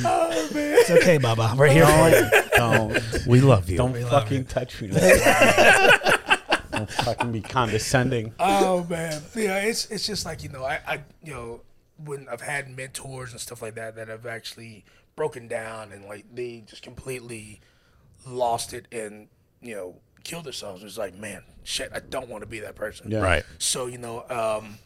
S1: It's okay, Baba. We're here for you.
S3: <laughs> Don't,
S4: we love you.
S3: don't fucking touch <laughs> me. like that. don't fucking be condescending.
S2: oh man, yeah, it's it's just like you know, I, I you know, when I've had mentors and stuff like that that have actually broken down and like they just completely lost it and you know killed themselves. It's like man, shit, I don't want to be that person.
S3: Yeah.
S4: Right.
S2: So you know, um,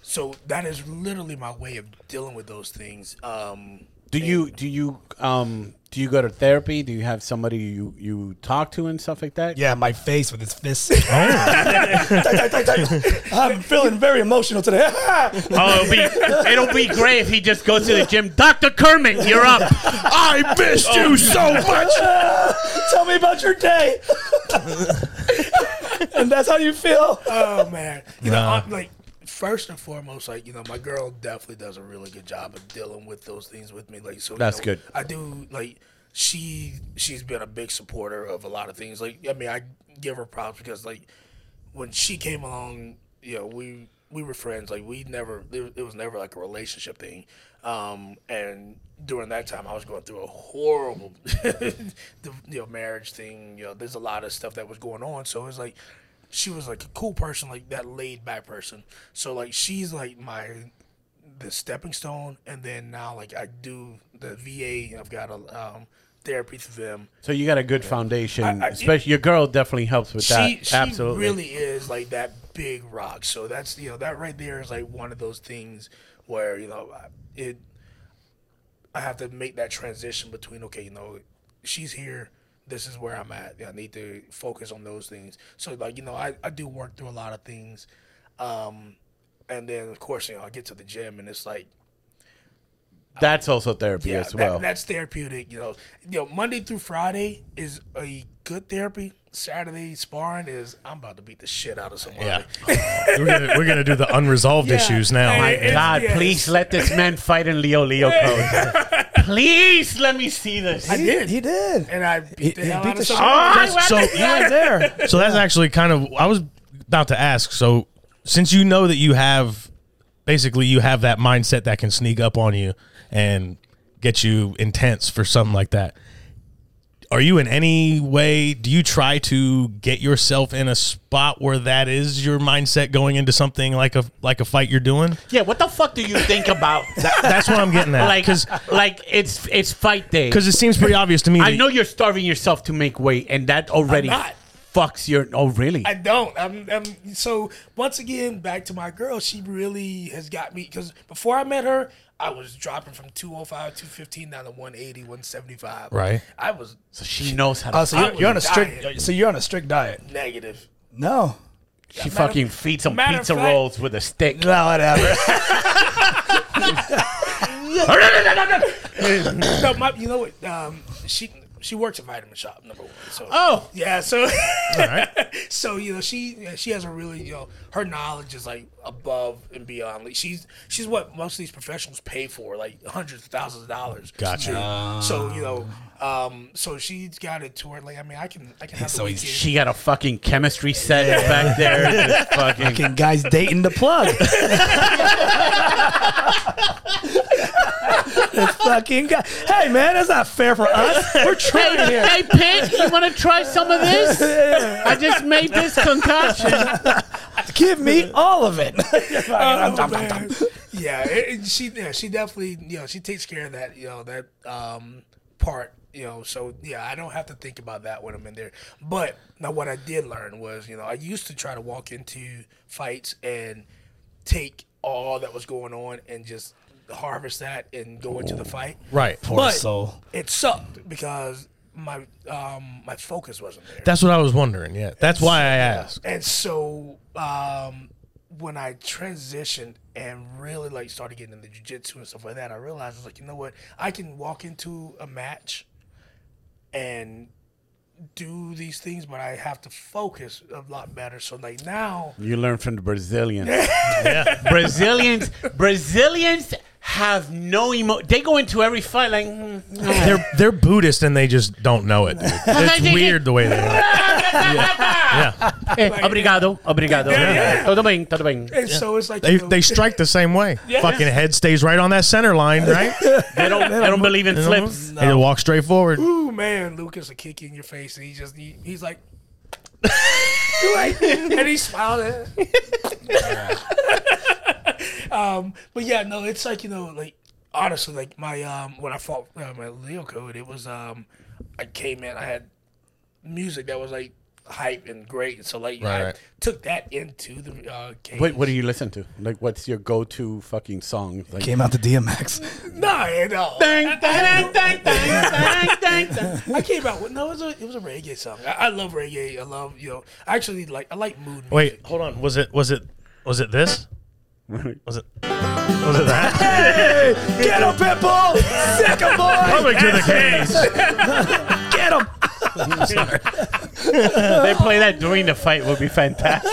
S2: so that is literally my way of dealing with those things. Um,
S3: Do you do you um do you go to therapy? Do you have somebody you you talk to and stuff like that?
S1: Yeah, my face with his fists. I'm feeling very emotional today. <laughs>
S3: Oh, it'll be, it'll be great if he just goes to the gym. Dr. Kermit, you're up. Oh.
S4: I missed you so much.
S1: Tell me about your day. <laughs> and that's how you feel.
S2: oh man, you know,
S4: Nah.
S2: I'm like first and foremost, like you know, my girl definitely does a really good job of dealing with those things with me. Like so, you
S3: That's
S2: know,
S3: good.
S2: I do like she she's been a big supporter of a lot of things. Like I mean, I give her props because like when she came along, you know, we we were friends. Like we never, it it was never like a relationship thing. Um, and during that time, I was going through a horrible, <laughs> the, you know, marriage thing. You know, there's a lot of stuff that was going on. So it's like, she was like a cool person, like that laid back person. So like she's like my the stepping stone, and then now like I do the VA, and I've got a um, therapy through them.
S3: So you got a good foundation.
S2: I-
S3: especially your girl definitely helps with
S2: she,
S3: that.
S2: she
S3: Absolutely.
S2: really is like that big rock. So that's you know that right there is like one of those things where you know I- it. I have to make that transition between okay, you know, she's here. This is where I'm at. I need to focus on those things. So like you know, I, I do work through a lot of things, um, and then of course you know I get to the gym and it's like
S3: that's also therapy
S2: yeah,
S3: as
S2: that-
S3: well.
S2: that's therapeutic. You know, you know, Monday through Friday is a good therapy. Saturday sparring is I'm about to beat the shit out of somebody.
S4: Yeah. we're, gonna, we're gonna do the unresolved issues now.
S2: My
S4: Yeah.
S3: God,
S2: Yes.
S3: please let this man fight in Leo Leo
S2: <laughs>
S3: code. please let me see this.
S1: He
S2: did.
S1: He did.
S2: And I beat the
S1: he
S2: hell
S1: beat
S2: out
S1: the
S2: of
S1: shit
S2: somebody.
S4: so
S1: He was there.
S4: So that's actually kind of I was about to ask. So since you know that you have basically you have that mindset that can sneak up on you and get you intense for something like that. Are you in any way do you try to get yourself in a spot where that is your mindset going into something like a like a fight you're doing?
S3: Yeah, what the fuck do you think about?
S4: That,
S2: <laughs>
S4: that's what I'm getting at.
S3: <laughs> like,
S4: Because
S3: like it's it's fight day.
S4: it seems pretty obvious to me.
S3: I
S4: that-
S3: know you're starving yourself to make weight, and that already
S2: I'm not.
S3: fucks your. Oh, really?
S2: I don't. I'm, I'm so once again back to my girl. She really has got me because before I met her, I was dropping from 205, 215 down to 180, 175.
S4: Right.
S2: I was
S3: she knows how to.
S1: Oh, so
S2: I
S1: you're, you're on a
S2: was
S1: strict.
S2: dying.
S1: So you're on a strict diet.
S2: negative.
S1: No.
S3: she fucking feeds some
S2: matter of
S3: pizza
S2: fact-
S3: rolls with a stick.
S1: No, whatever.
S2: No, my, you know what? Um, she she works at Vitamin Shop number one. So
S3: Oh,
S2: yeah, so <laughs>
S4: right.
S2: so you know she she has a really you know her knowledge is like above and beyond. Like she's she's what most of these professionals pay for, like hundreds of thousands of dollars.
S4: Gotcha.
S2: To- so you know, um, so she's got it to her. Like I mean, I can I can have
S1: So
S2: the
S1: he's-
S2: weekend.
S3: she got a fucking chemistry set back there.
S2: <laughs>
S3: Just fucking.
S1: <laughs> Fucking guys dating the plug. <laughs> this fucking guy. Hey man, that's not fair for us. We're trying
S3: Hey,
S1: here.
S3: hey, Pink, you want to try some of
S2: <laughs>
S3: this? I just made this concoction.
S1: Give me all of it. <laughs>
S2: Oh, man. yeah, it, it- she yeah, she definitely you know she takes care of that you know that um part you know so yeah I don't have to think about that when I'm in there. But now what I did learn was you know I used to try to walk into fights and take all that was going on and just harvest that and go into the fight.
S4: Right.
S1: Poor
S2: But-
S1: soul.
S2: It sucked because my um my focus wasn't there.
S4: That's what I was wondering. Yeah. That's why I asked.
S2: And so um, when I transitioned and really like started getting into jujitsu and stuff like that, I realized I was like, you know what? I can walk into a match and do these things, but I have to focus a lot better. So like now,
S3: You learn from the <laughs> Brazilians. Brazilians, Brazilians have no emo. They go into every fight like. mm,
S4: <laughs> They're they're Buddhist and they just don't know
S3: <laughs>
S4: it. dude. It's weird the way they are. Yeah.
S3: eh, obrigado, obrigado. Tudo bem, tudo bem.
S2: and so it's like
S4: They,
S2: you know,
S4: they strike the same way. Fucking head stays right on that center line,
S3: <laughs>
S4: right?
S3: They don't, they don't believe in flips.
S4: They walk straight forward.
S2: Ooh man, Lucas a kick you in your face, and he just he, he's like, <laughs> You're like- and he smiled. At <laughs> um, but yeah, no, it's like you know, like honestly, like my um, when I fought uh, my Leo code, it was um, I came in, I had music that was like hype and great, and so like
S4: Right,
S2: I
S4: right.
S2: took that into the uh, game.
S3: What, what do you listen to? Like, what's your go-to fucking song? Like,
S1: Came out the DMX.
S2: No, you know, <laughs>
S3: Dang, dang, dang, dang, dang, dang.
S2: I came out with no, it was a, it was a reggae song. I, I love reggae. I love you know, I actually like I like mood. Music.
S4: Wait, hold on. Was it was it was it this? Was it was it that?
S1: Get him, Pitbull! Sick of boy!
S2: Oh
S4: Coming to the cage.
S1: Get him!
S3: They play that during the fight would be fantastic.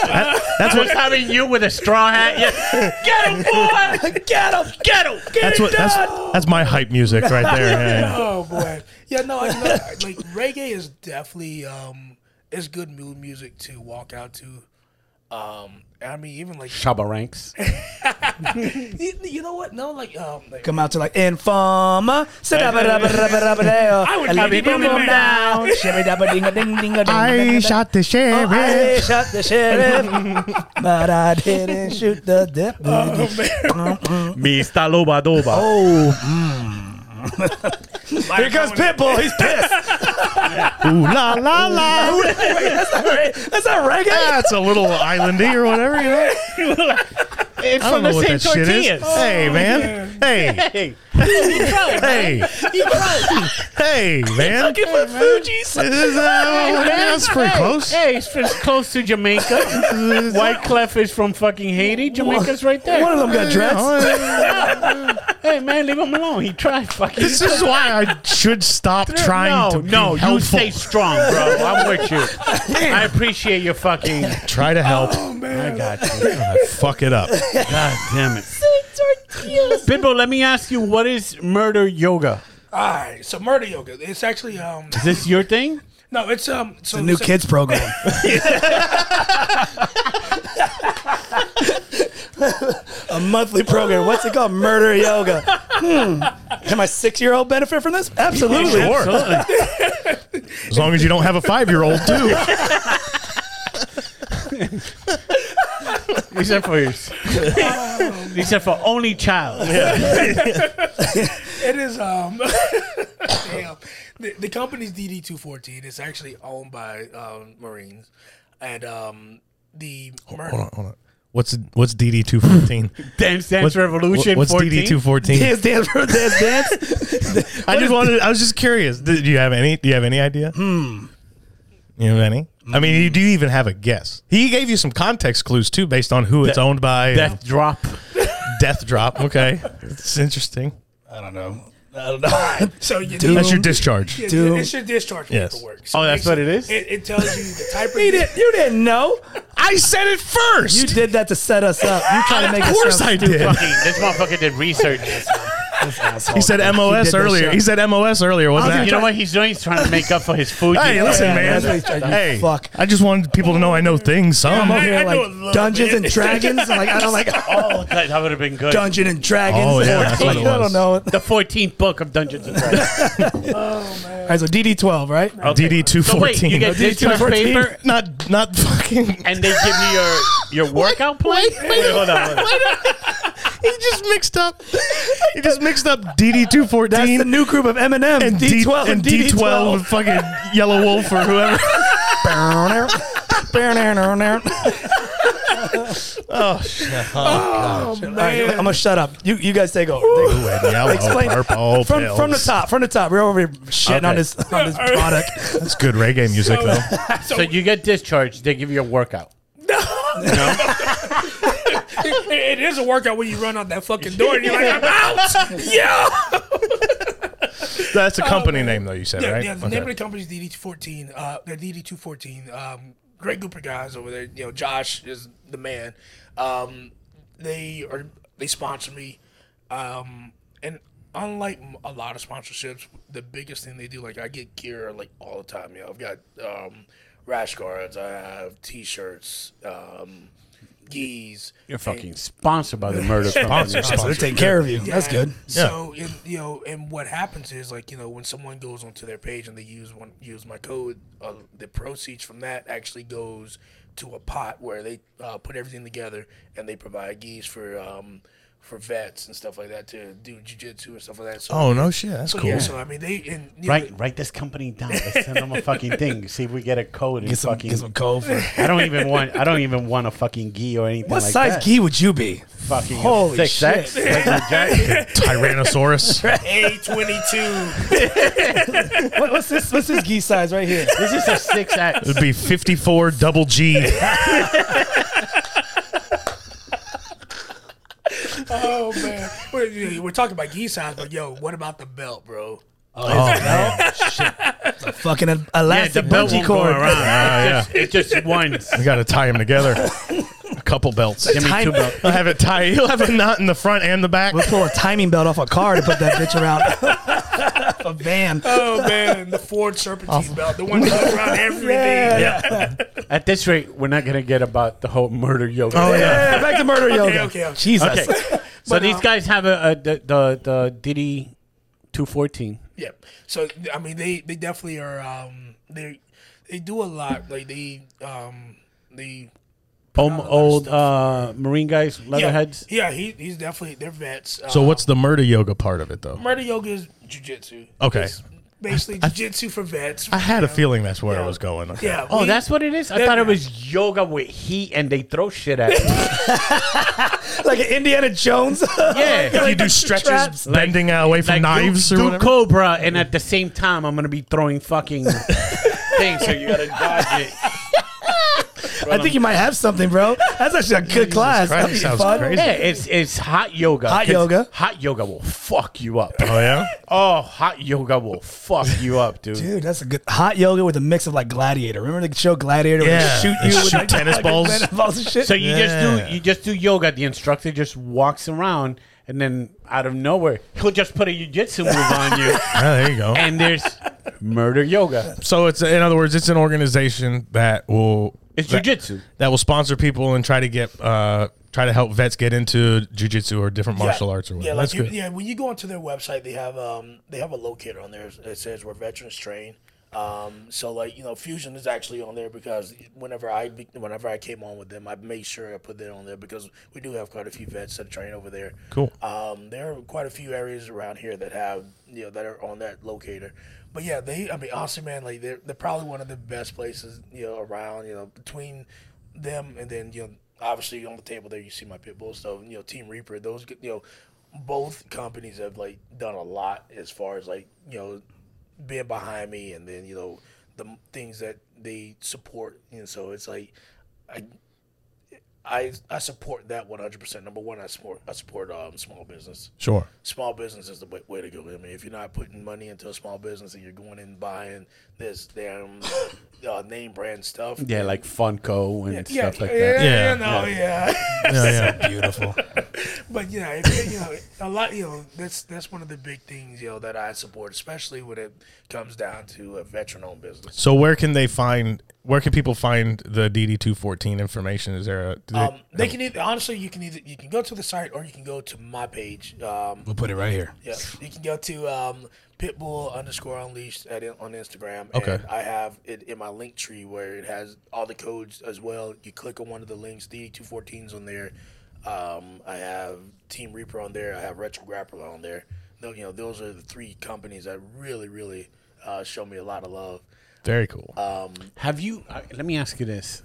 S4: That's
S3: Just
S4: what
S3: having you with a straw hat. Yeah. Get him, boy!
S1: Get him!
S3: Get him!
S4: <laughs>
S3: Get
S4: that's what that's that's my hype music right
S3: <laughs>
S4: there. Yeah, yeah.
S2: Oh boy, yeah, no, I, no, like reggae is definitely um, it's good mood music to walk out to. Um, I mean, even like
S3: Shaba ranks.
S2: you, you know what? No, like um, like,
S1: Come out to like informer. I
S2: would be the man.
S1: I
S4: the sheriff.
S1: I shot the sheriff, <laughs> but I didn't shoot the <laughs> deputy.
S3: Mista Loba Doba.
S1: oh,
S3: Oh,
S1: mm. here comes Pitbull. He's pissed.
S4: <laughs> Ooh la la la.
S1: that's not right. That's not reggae.
S4: That's a little islandy or whatever, you know.
S3: It's
S4: I don't
S3: from
S4: know
S3: the
S4: what
S3: same
S4: that shit
S3: tortillas. Oh,
S4: is. Hey man. Hey.
S3: Hey, <laughs>
S4: Hey. Hey man.
S1: Looking for Fuji's.
S4: This is, uh, that's pretty close.
S3: Hey, it's from- close to Jamaica. White Clef is from fucking Haiti. Jamaica's right
S1: One
S3: there.
S1: of them got dreads.
S3: Hey, man, leave him alone. He tried fucking.
S4: This is why I should stop trying
S3: no,
S4: to be
S3: no, you
S4: helpful.
S3: stay strong, bro. I'm with you. I appreciate your fucking.
S4: Try to help.
S3: I got you.
S4: Fuck it up.
S3: God damn it. Pitbull, let me ask you, what is murder yoga?
S2: all right. So murder yoga. It's actually um,
S3: Is this your thing?
S2: no, it's um, so
S1: The new
S2: so-
S1: kids program. <laughs> a monthly program. What's it called? Murder yoga. Hmm. Can my six-year-old benefit from this? Absolutely.
S3: Absolutely.
S4: As long as you don't have a five year old, too.
S3: Except for yours. <laughs> Except for only child.
S2: It is um <laughs> damn. The, the company's DD two fourteen. It's actually owned by um, Marines, and um the murder.
S4: Hold on, hold on. What's what's DD two fourteen?
S3: Dance Dance Revolution
S4: What's
S3: 14.
S4: DD two fourteen?
S1: Dance, dance,
S4: <laughs>
S1: dance, dance.
S4: I just wanted. I was just curious. Do you have any? Do you have any idea? Hmm. You have any? I mean, you do you even have a guess? He gave you some context clues too, based on who it's owned by. and
S3: Death Drop.
S4: Death Drop. Okay, it's interesting.
S1: I don't know. I don't know.
S2: So you
S1: Dude.
S4: That's your
S1: Um,
S2: <laughs>
S4: discharge.
S2: It,
S1: Dude.
S2: it's your discharge
S4: Yes.
S2: paperwork.
S3: Oh, that's
S2: makes-
S3: what it is?
S2: It, it tells you the type of
S1: You didn't, you didn't know.
S4: I said it first.
S1: You did that to set us up. You trying to make
S4: of course
S1: us sound
S4: I <laughs> did.
S3: Fucking, this motherfucker did research.
S4: He said
S1: did
S4: MOS
S1: that
S4: earlier.
S1: shit.
S4: He said MOS earlier. What's that?
S3: You know what he's doing? He's trying to make up for his food.
S4: Hey, listen, man.
S1: that's what he's trying to do.
S4: hey,
S1: Fuck.
S4: I just wanted people to know I know things. Some.
S1: I'm over
S2: I
S1: here
S2: know a
S1: like
S2: little
S1: Dungeons
S2: bit.
S1: and Dragons. I'm like I don't <laughs> like
S3: Oh, that, would have been good.
S1: Dungeon and Dragons.
S4: Oh,
S1: <laughs>
S4: yeah, that's what it
S1: I don't
S4: was.
S1: know. All
S3: the 14th book of Dungeons and Dragons.
S1: <laughs> right, so DD12, right?
S4: DD two
S3: So wait, you
S4: fourteen.
S3: get discharge paper,
S4: Not not fucking. <laughs>
S3: and they give you your your workout plan. hold on, hold on.
S4: He just mixed up. He just mixed up DD two
S1: That's the
S4: fourteen
S1: new group of Eminem.
S4: and D twelve and D twelve fucking Yellow Wolf or <laughs> whoever.
S1: I'm
S4: Oh,
S1: gonna shut up. You you guys take over.
S4: <laughs> yellow,
S1: Explain from, from the top. From the top. We're over here shitting on
S3: Okay.
S1: this on this product.
S4: That's good reggae music though.
S2: <laughs>
S3: So you get discharged. They give you a workout.
S2: it, <laughs> it is a workout when you run out that fucking door and you're like, I'm out. Yeah.
S4: That's a company name though. You said
S2: Oh, Yeah,
S4: right?
S2: yeah, the
S4: Okay.
S2: name of the company is DD214. Uh, they're DD214. Um, great group of guys over there. You know, Josh is the man. Um, they are they sponsor me, um, and unlike m- a lot of sponsorships, the biggest thing they do, like I get gear like all the time. You know, I've got um, rash guards, I have T-shirts, um, geese.
S3: You're fucking sponsored by the murder company.
S1: Yeah, so they're taking care of you. That's good.
S2: So and, you know, and what happens is like you know when someone goes onto their page and they use one use my code, uh, the proceeds from that actually goes to a pot where they uh, put everything together and they provide geese for um, for vets and stuff like that to do jujitsu and stuff like that. So,
S4: Oh no shit. That's
S2: so,
S4: cool.
S2: Yeah, so I mean they and you know,
S3: Write write this company down. Let's send them a fucking
S1: <laughs>
S3: thing. See if we get a code. And
S1: Get some
S3: fucking.
S1: get some cold for.
S3: I don't even want. I don't even want a fucking gi or anything
S1: What
S3: like
S1: size
S3: that.
S1: gi would you be?
S3: Fucking
S1: Holy
S3: six X.
S1: shit.
S3: Like the
S4: <laughs>
S3: giant-
S4: Tyrannosaurus.
S2: A twenty two.
S1: What, what's this? What's this gi size right here?
S3: This is a six X.
S4: It'd be fifty four double <laughs> G.
S2: Oh man, we're, you know, we're talking about geese size, but yo, what about the belt, bro?
S1: Oh, man. shit. <laughs> fucking elastic bungee cord.
S3: around.
S4: yeah.
S3: It's just- It's just one.
S4: We got to tie them together. a couple belts.
S3: Give me
S1: Time-
S3: two bucks.
S4: He'll have it tie. He'll have a knot in the front and the back.
S1: We'll pull a timing belt off a car to put that bitch around. a van.
S2: Oh man, the Ford Serpentine belt, the one that
S1: <laughs>
S2: goes around everything.
S3: At this rate, we're not gonna get about the whole murder yoga.
S4: Oh, yeah.
S1: Yeah, back to murder yoga.
S2: okay, okay.
S1: Jesus.
S3: Okay. <laughs> so these guys have a, a the, the the Diddy two fourteen.
S2: Yeah. So I mean, they they definitely are. Um, they they do a lot. Like they um they
S3: old uh, Marine guys, leatherheads.
S2: Yeah, yeah he, he's definitely they're vets. Um,
S4: So what's the murder yoga part of it though?
S2: murder yoga is jujitsu.
S4: Okay.
S2: It's basically jujitsu for vets.
S4: I had a feeling that's where I
S2: Yeah.
S4: was going. Okay.
S2: yeah.
S3: Oh,
S2: we-
S3: that's what it is. I thought it was yoga with heat, and they throw shit at you.
S1: like an Indiana Jones.
S3: yeah.
S4: You do stretches,
S1: Traps.
S4: bending uh, away from
S3: Like,
S4: knives
S3: do,
S4: or
S3: do
S4: whatever.
S3: Cobra, and at the same time, I'm gonna be throwing fucking things. So you gotta dodge it.
S1: I think you might have something, bro. That's actually a good class.
S4: Christ,
S1: That'd be
S4: sounds
S1: fun.
S4: crazy.
S3: Yeah, it's it's hot yoga.
S1: Hot
S3: 'cause
S1: yoga.
S3: Hot yoga will fuck you up.
S4: Oh yeah.
S3: Oh, hot yoga will fuck you up, dude.
S1: Dude, that's a good hot yoga with a mix of like Gladiator. Remember the show Gladiator? where they
S4: Yeah.
S1: shoot
S4: They
S1: you with
S4: shoot
S1: like,
S4: tennis
S1: fucking
S4: balls.
S1: tennis balls and shit.
S3: So you just
S4: Yeah.
S3: do you just do yoga. The instructor just walks around, and then out of nowhere, he'll just put a jujitsu move on you,
S4: Oh, there you go.
S3: and there's murder yoga.
S4: So it's in other words, it's an organization that will
S3: It's
S4: that-
S3: jujitsu.
S4: that will sponsor people and try to get uh try to help vets get into jujitsu or different martial arts or whatever.
S2: Yeah, like
S4: That's
S2: you,
S4: good.
S2: yeah. When you go onto their website, they have um they have a locator on there that says where veterans train. Um, so like you know, Fusion is actually on there because whenever I be- whenever I came on with them, I made sure I put that on there because we do have quite a few vets that train over there.
S4: Cool.
S2: Um, there are quite a few areas around here that have you know that are on that locator. But yeah, they I mean honestly, man, like they're they're probably one of the best places you know around. You know between them and then you know obviously on the table there you see my pit bulls. So you know Team Reaper, those you know both companies have like done a lot as far as like you know being behind me and then you know the m- things that they support. And so it's like I I I support that 100%. Number one, I support I support um, small business.
S4: Sure.
S2: Small business is the way, way to go. I mean, if you're not putting money into a small business and you're going in buying this damn <coughs> uh, name brand stuff,
S3: Yeah, like Funko and
S2: yeah,
S3: stuff like
S2: yeah,
S3: that.
S4: Yeah.
S2: you
S3: <laughs>
S2: know, yeah.
S4: Yeah, yeah.
S1: beautiful.
S2: <laughs> but you know, if, you know, a lot, you know, that's that's one of the big things, you know, that I support, especially when it comes down to a veteran-owned business.
S4: So where can they find where can people find the DD two fourteen information? Is there a do they,
S2: Um, they can either honestly, you can either you can go to the site or you can go to my page. Um,
S1: We'll put it right here.
S2: Yeah, you can go to um, Pitbull underscore Unleashed at on Instagram.
S4: Okay.
S2: and I have it in my link tree where it has all the codes as well. You click on one of the links, DD two fourteens on there. Um, I have Team Reaper on there. I have Retro Grappler on there. Tho- You know, those are the three companies that really, really uh, show me a lot of love.
S4: very cool.
S3: Have you? Uh, let me ask you this: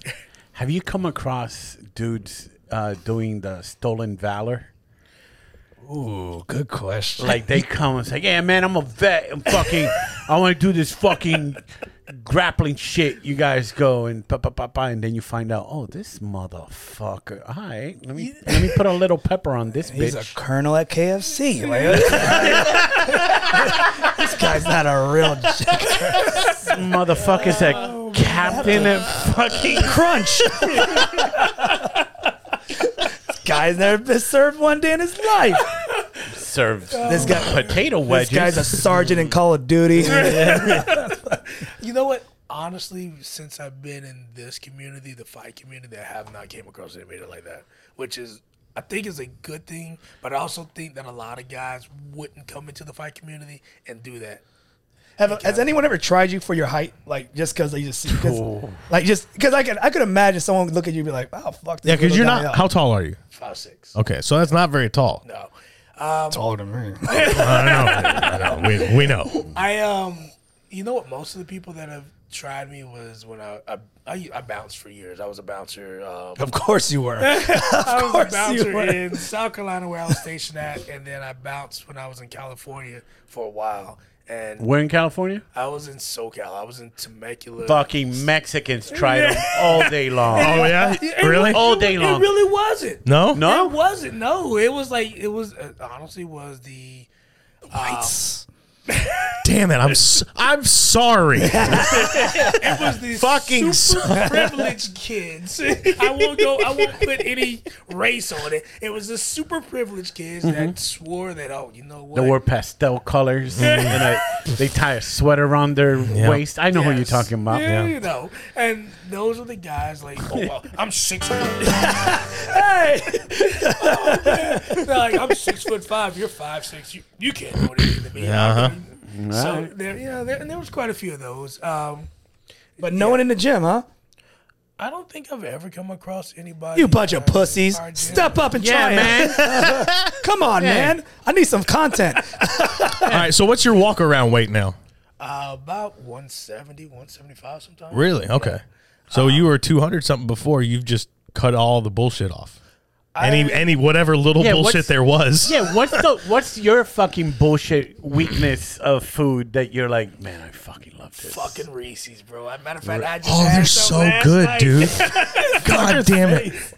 S3: Have you come across dudes uh, doing the stolen valor?
S1: Ooh, good question.
S3: Like they come and say, "Yeah, man, I'm a vet. I'm fucking. I want to do this fucking grappling shit." You guys go and pa pa pa pa, and then you find out, "Oh, this motherfucker. All right, let me let me put a little pepper on this
S1: He's
S3: bitch."
S1: a colonel at KFC. Like, this guy's not a real <laughs> j-
S3: Motherfucker's a captain at fucking.
S1: crunch. this guy's never been served one day in his life.
S3: serves
S1: This guy-
S3: potato
S1: This
S3: wedges.
S1: guy's a sergeant in Call of Duty.
S2: You know what? Honestly, since I've been in this community, the fight community, I have not came across anybody like that, which is I think is a good thing, but I also think that a lot of guys wouldn't come into the fight community and do that.
S1: Have, has anyone ever tried you for your height, like just because they just see, cause, like just because I could I could imagine someone would look at you and be like, oh fuck, this
S4: yeah, because
S1: little
S4: you're
S1: guy
S4: not.
S1: up."
S4: How tall are you?
S2: Five six.
S4: Okay, so that's not very tall.
S2: No,
S1: taller than me.
S4: I know. I know. We,
S2: <laughs>
S4: we know.
S2: I um, you know what? Most of the people that have tried me was when I I, I, I bounced for years. I was a bouncer. Um,
S1: <laughs> of course you were.
S2: I was
S1: course
S2: a
S1: you
S2: bouncer
S1: were.
S2: in South Carolina where I was stationed at, and then I bounced when I was in California for a while. And
S3: We're in California.
S2: I was in SoCal. I was in Temecula.
S3: Fucking Mexicans try them all day long.
S4: Oh
S2: <laughs>
S4: yeah,
S2: It
S4: really?
S2: wa-
S3: All
S2: it
S3: day
S2: wa-
S3: long.
S2: It really wasn't.
S4: No,
S3: No,
S2: uh, It wasn't. No, it was like it was. It honestly was the
S1: Heights.
S5: Damn it! I'm s
S2: <laughs>
S5: am sorry.
S2: It was the
S5: Fucking
S2: super privileged kids. I won't go. I won't put any race on it. It was the super privileged kids that swore that oh, you know what?
S3: They wore pastel colors and I, they tie a sweater around their waist. I know who you're
S2: Yes.
S3: talking about.
S2: Yeah, you know. And those are the guys like, oh, well, I'm six foot. <laughs> hey! Oh, man. They're like, I'm six foot five. You're five six. You, you can't do anything to me.
S5: Uh-huh.
S2: So there, yeah, there, and there was quite a few of those. Um,
S1: But no one in the gym, huh?
S2: I don't think I've ever come across anybody.
S1: You bunch of
S2: uh,
S1: pussies.
S2: our gym.
S1: Step up and
S3: Yeah,
S1: try it.
S3: man.
S1: <laughs> Come on, man. I need some content.
S5: All right. So what's your walk around weight now?
S2: Uh, about 170, 175 sometimes.
S5: Really? Okay. So you were 200 something before. You've just cut all the bullshit off. Any any whatever little
S3: Yeah,
S5: bullshit
S3: what's-
S5: there was.
S3: Yeah, what's the what's your fucking bullshit weakness of food that you're like, man, I fucking love this.
S2: Fucking Reese's, bro. As a matter of fact, I just
S5: Oh, they're
S2: had some
S5: so
S2: last
S5: good,
S2: night.
S5: dude. God damn it.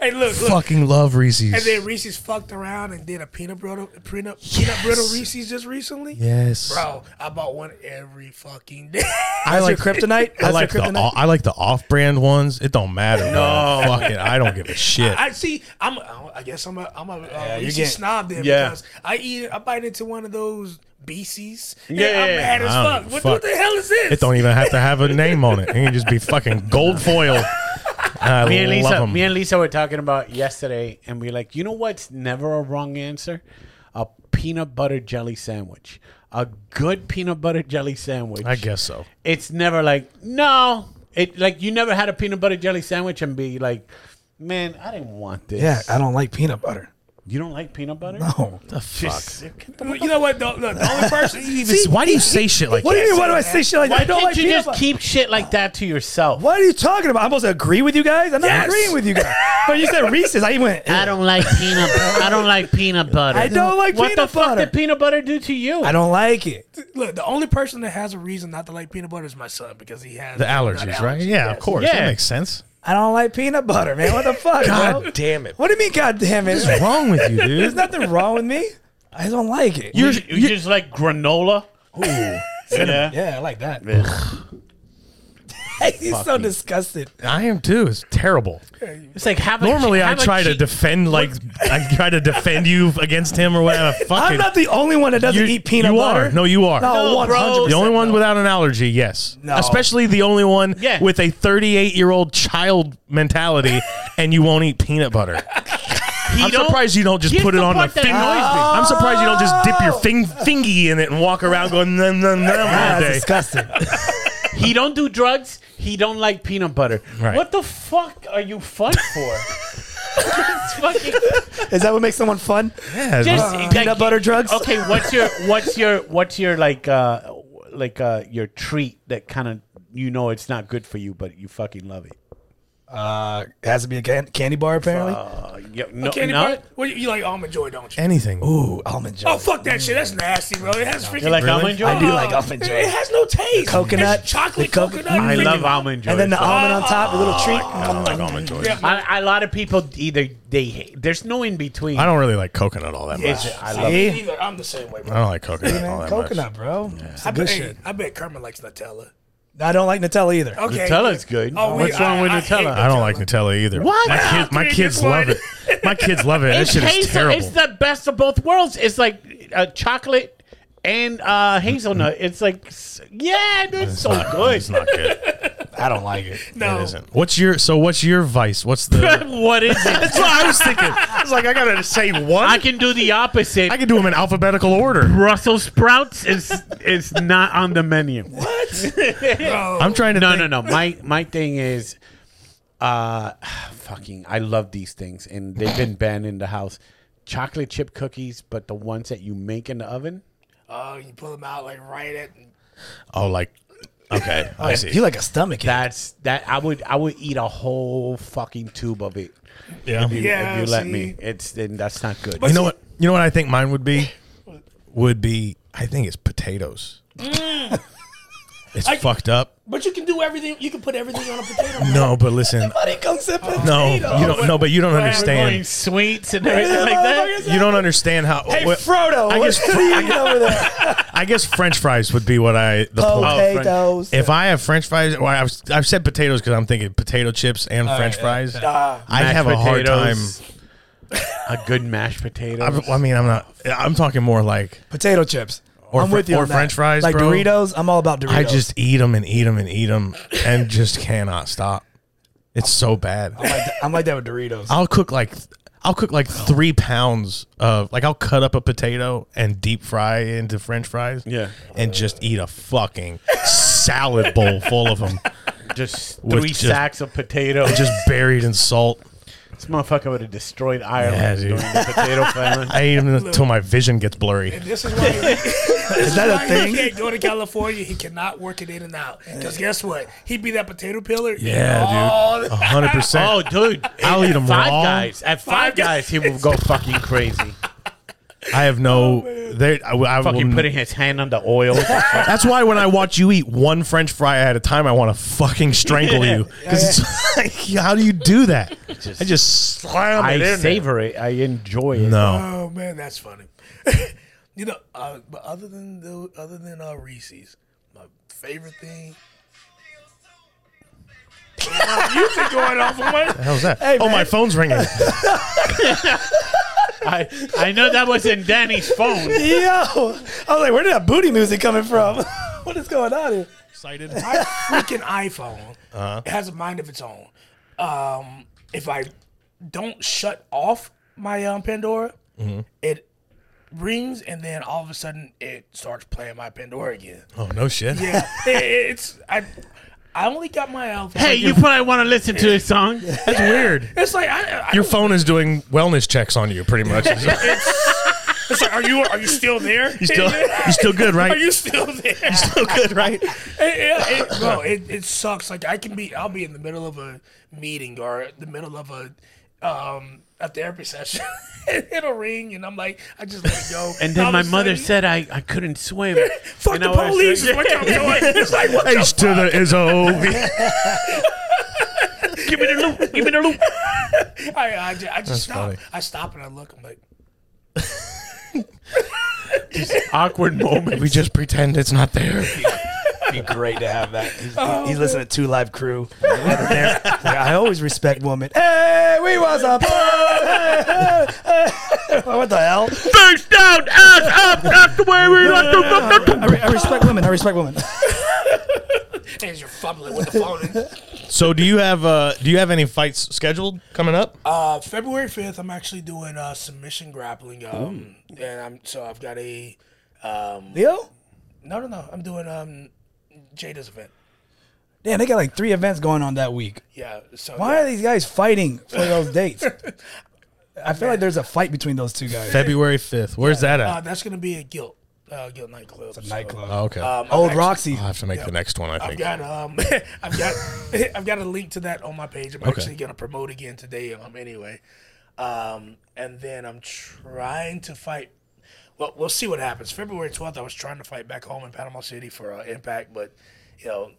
S2: Hey, look, look.
S5: Fucking love Reese's.
S2: And then Reese's fucked around and did a peanut brittle, peanut, peanut brittle Reese's just recently.
S5: yes.
S2: Bro, I bought one every fucking day. <laughs>
S5: I
S1: That's
S5: like
S1: your kryptonite. That's
S5: I like
S1: your
S5: the
S1: kryptonite.
S5: o- I like the off-brand ones. It don't matter. No, fuck it. I don't give a shit.
S2: I see. I'm. I guess I'm a. I'm a uh,
S1: you're
S2: Reese's
S1: getting-
S2: snob then
S3: Yeah.
S2: because I eat. I bite into one of those BCs.
S3: Yeah,
S2: Yeah, I'm
S3: yeah,
S2: mad as
S5: I don't
S2: fuck.
S5: give a
S2: What,
S5: fuck.
S2: what the hell is this?
S5: It don't even have to have a name on it. It can just be fucking gold foil. I
S3: Me and
S5: love
S3: Lisa,
S5: 'em.
S3: me and Lisa were talking about yesterday, and we are like, you know what's never a wrong answer? A peanut butter jelly sandwich. A good peanut butter jelly sandwich.
S5: I guess so.
S3: it's never like no. It like you never had a peanut butter jelly sandwich and be like, man, I didn't want this.
S1: Yeah, I don't like peanut butter.
S3: You don't like peanut butter?
S1: Oh.
S3: Just-
S2: You know what? The, look, the only person.
S5: This- why do you say shit like
S1: What do
S5: that?
S1: you mean? Why do I say shit like that?
S3: Why
S1: I don't
S3: can't
S1: like
S3: you
S1: peanut
S3: just
S1: butter.
S3: keep shit like that to yourself?
S1: What are you talking about? I'm supposed to agree with you guys? I'm not
S2: Yes.
S1: agreeing with you
S5: <laughs>
S1: guys. But you said Reese's. I went.
S3: I don't like peanut. I don't like peanut butter.
S1: I don't like
S3: what
S1: peanut
S3: the fuck
S1: butter.
S3: did peanut butter do to you?
S1: I don't like it.
S2: Look, the only person that has a reason not to like peanut butter is my son because he has
S5: The allergies, right? Yeah, of course.
S3: Yeah.
S5: That makes sense.
S1: I don't like peanut butter, man. What the fuck, bro?
S5: God damn it.
S1: What do you mean, God damn it?
S5: What's wrong with you,
S1: There's
S5: dude? <laughs>
S1: nothing wrong with me. I don't like it.
S3: You, you just like granola. yeah.
S1: yeah, I like that. <laughs> He's so disgusted.
S5: I am too. It's terrible.
S3: It's like have a
S5: Normally, I
S3: have a
S5: try to
S3: cheat-
S5: defend like I try to defend you against him or <laughs> whatever.
S1: I'm
S5: Fucking,
S1: not the only one that doesn't
S5: you
S1: eat peanut
S5: you
S1: butter.
S5: Are. No, you are.
S1: No,
S3: No, bro.
S1: 100%.
S3: <laughs>
S5: The only one without an allergy, yes.
S1: No.
S5: Especially the only one
S3: Yeah.
S5: with a 38 year old child mentality, and you won't eat peanut butter. I'm
S3: don't-
S5: surprised you don't just
S3: Here's
S5: put it
S3: the
S5: on the
S3: part that <laughs>
S5: finger.
S3: annoys me.
S5: I'm surprised you don't just dip your fing- fingy in it and walk around going num num num all
S1: Ah, that's
S5: day. <laughs>
S1: disgusting.
S3: He don't do drugs. He don't like peanut butter.
S5: Right.
S3: What the fuck are you fun for? <laughs> It's fucking-
S1: Is that what makes someone fun?
S5: Yeah,
S3: just-
S5: it's-
S3: like,
S1: Ah. Peanut butter drugs?
S3: Okay, what's your what's your what's your like uh like uh your treat that kind of you know it's not good for you but you fucking love it.
S1: Uh, it has to be a can- candy bar, apparently.
S3: Uh, yeah, no,
S2: Candy
S3: no?
S2: bar? What, you like almond joy, don't you?
S5: anything.
S1: Ooh, almond joy.
S2: Oh fuck that shit! That's nasty, bro. It has freaking.
S3: You like
S5: Really?
S3: almond joy?
S1: I do like almond
S2: It
S1: joy.
S2: has no taste.
S1: Coconut,
S2: It's chocolate
S1: the coco-
S2: coconut.
S3: I
S2: freaking-
S3: love almond joy.
S1: And then the
S3: so-
S1: almond on top, a little
S5: Oh,
S1: treat.
S5: almond joy.
S2: Yeah.
S3: I, a lot of people either they hate. There's no in between.
S5: I don't really like coconut all that much.
S3: It's, I love it.
S1: See?
S2: Either- I'm the same way,
S5: I
S2: bro.
S5: don't like coconut all
S1: Man,
S5: that
S1: coconut,
S5: much.
S1: bro. It's
S2: I
S1: good
S2: bet,
S1: shit.
S2: I bet Kermit likes Nutella.
S1: I don't like Nutella either.
S2: Okay.
S3: Nutella's good.
S2: Oh, wait,
S3: What's wrong
S2: I-
S3: with
S2: I hate
S3: Nutella?
S5: I don't like Nutella either.
S3: What?
S5: My, kid, my
S2: Dude,
S5: kids
S2: this one.
S5: love it. My kids love it. That
S3: It's
S5: shit is
S3: hazel.
S5: terrible.
S3: It's the best of both worlds. It's like uh, chocolate and uh, hazelnut. It's like s- yeah, dude, it's so
S5: not-
S3: good.
S5: It's not good.
S1: I don't like it.
S2: No.
S5: It isn't. What's your so? What's your vice? What's
S3: <laughs>
S5: the?
S3: what is it?
S5: That's what I was thinking. I was like, I gotta say one.
S3: I
S5: I can,
S3: can do the opposite.
S5: do them in alphabetical order.
S3: Brussels sprouts is is not on the menu.
S5: I'm trying to.
S3: No,
S5: think.
S3: no, no. My my thing is, uh, fucking. I love these things, and they've been banned in the house. Chocolate chip cookies, but the ones that you make in the oven.
S2: Oh, you pull them out like right at.
S5: Oh, like. Okay, I see.
S1: You like a stomach.
S3: That's that I would I would eat a whole fucking tube of it.
S5: yeah.
S3: If you,
S2: Yeah,
S3: if you let
S2: see.
S3: me, it's then that's not good.
S5: You know what? You know what I think mine would be. Would be I think it's potatoes. It's
S2: I-
S5: fucked up.
S2: But you can do everything. You can put everything on a potato.
S5: No, but listen,
S1: Buddy, come sip it.
S5: no, you don't. No, but you don't
S3: Going
S5: understand.
S3: sweets and
S1: <laughs>
S3: everything like that.
S5: You don't understand how.
S1: Hey,
S5: what-
S1: Frodo,
S5: I
S1: what's
S5: guess,
S1: you
S5: <laughs>
S1: eating over there?
S5: I guess French fries would be what I the pull.
S1: Potatoes.
S5: Oh, If I have French fries, well, I've, I've said potatoes because I'm thinking potato chips and French fries.
S1: Ah,
S5: I have a hard time.
S3: A good mashed potato.
S5: I, I mean, I'm not. I'm talking more like
S1: potato chips.
S5: Or
S1: I'm
S5: fr-
S1: with you
S5: or
S1: on that.
S5: french fries,
S1: like
S5: bro.
S1: Doritos. I'm all about Doritos.
S5: I just eat them and eat them and eat them and just cannot stop. It's so bad.
S1: I'm like, that, I'm like that with
S5: <laughs>
S1: Doritos.
S5: I'll cook like I'll cook like three pounds of like I'll cut up a potato and deep fry into French fries.
S3: Yeah.
S5: and just eat a fucking salad bowl full of them,
S3: just
S5: With
S3: three
S5: just-
S3: sacks of potato.
S5: just buried in salt.
S3: this motherfucker would have destroyed Ireland
S5: Yeah, dude.
S3: during the potato famine.
S5: I eat them until my vision gets blurry.
S2: This is why he-
S1: Is <laughs> that a
S2: He
S1: thing?
S2: can't go to California. He cannot work it in and out. Because guess what? He'd be that potato peeler.
S5: Yeah, dude, hundred percent.
S3: Oh, dude!
S5: I'll eat 'em
S3: Five
S5: raw.
S3: Guys at Five
S2: Five
S3: Guys, he will go fucking crazy.
S5: I have no. there, I, I
S3: fucking
S5: will-
S3: putting his hand on the oil.
S5: That's why when I watch you eat one French fry at a time, I want to fucking strangle you. Because it's like, how do you do <laughs> that? I just slam it in.
S3: I
S5: there.
S3: savor it. I enjoy it.
S5: No,
S2: Oh man, that's funny. <laughs> you know, uh, but other than the, other than uh, Reese's, my favorite thing. You've been going off on
S5: the
S2: one.
S5: hell's that? oh, my phone's <laughs> ringing.
S3: I, I know that was in Danny's phone.
S1: Yo, I was like, where did that booty music coming from? <laughs> what is going on here?
S5: Excited.
S2: My freaking iPhone it has a mind of its own. Um, if I don't shut off my um, Pandora, it rings and then all of a sudden it starts playing my Pandora again.
S5: Oh no shit.
S2: Yeah, it, it's I. I only got my iPhone.
S3: Hey, you probably want to listen to this song.
S5: That's weird.
S2: It's like I, I
S5: Your phone is doing wellness checks on you, pretty <laughs> much. you
S2: It's like, are you are you still there? You
S5: still, you still good, right?
S2: Are you still there?
S5: still good, right?
S2: it, it, bro, it, it sucks. Like I can be, I'll be in the middle of a meeting or the middle of a um a therapy session. <laughs> and It'll ring, and I'm like, I just let it go.
S3: <laughs> And then
S2: All
S3: my
S2: of a
S3: mother
S2: sudden,
S3: said I, I couldn't swim.
S2: "Fuck
S3: And I
S2: the
S3: was
S2: police!"
S3: like,
S2: is what y'all doing.
S3: <laughs>
S2: It's like, what
S5: H to the is over.
S3: Give me the loop. Give me the loop.
S2: the- I, I, ju- I just stop.
S5: funny.
S2: I stop and I look. I'm like,
S3: Awkward moment.
S5: We just pretend it's not there.
S1: It'd be great to have that. He's, he's listening to Two Live Crew. over there. Like, I always respect women. Hey, we was a hey, hey, <laughs> hey. What the hell?
S3: Face down, ass up. That's the way we like to fuck
S1: I, re- I respect women. I respect women.
S2: "Hey, you're fumbling with the phone."
S3: <laughs>
S5: So <laughs> do you have uh do you have any fights scheduled coming up?
S2: Uh, February fifth, I'm actually doing uh, submission grappling. Um, and I'm so I've got a um.
S1: Leo?
S2: No, no, no. I'm doing um Jada's event.
S1: Damn, they got like three events going on that week.
S2: Yeah. So
S1: Why
S2: yeah.
S1: are these guys fighting for those dates? I feel like there's a fight between those two guys.
S5: February fifth. Where's that
S2: Uh,
S5: at?
S2: that's gonna be a guilt, uh, guilt nightclub. so-
S1: Nightclub.
S5: Oh, okay.
S2: Um, I've
S1: Old
S2: actually-
S1: Roxy.
S5: I'll have to make the next one. I
S2: I've
S5: think.
S2: got um, <laughs> I've got, I've got a link to that on my page. I'm actually gonna promote again today. Um, anyway, um, and then I'm trying to fight. Well, we'll see what happens. February 12th, I was trying to fight back home in Panama City for uh, Impact, but you know,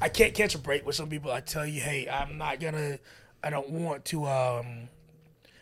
S2: I can't catch a break with some people. I tell you, hey, I'm not gonna. I don't want to. Um,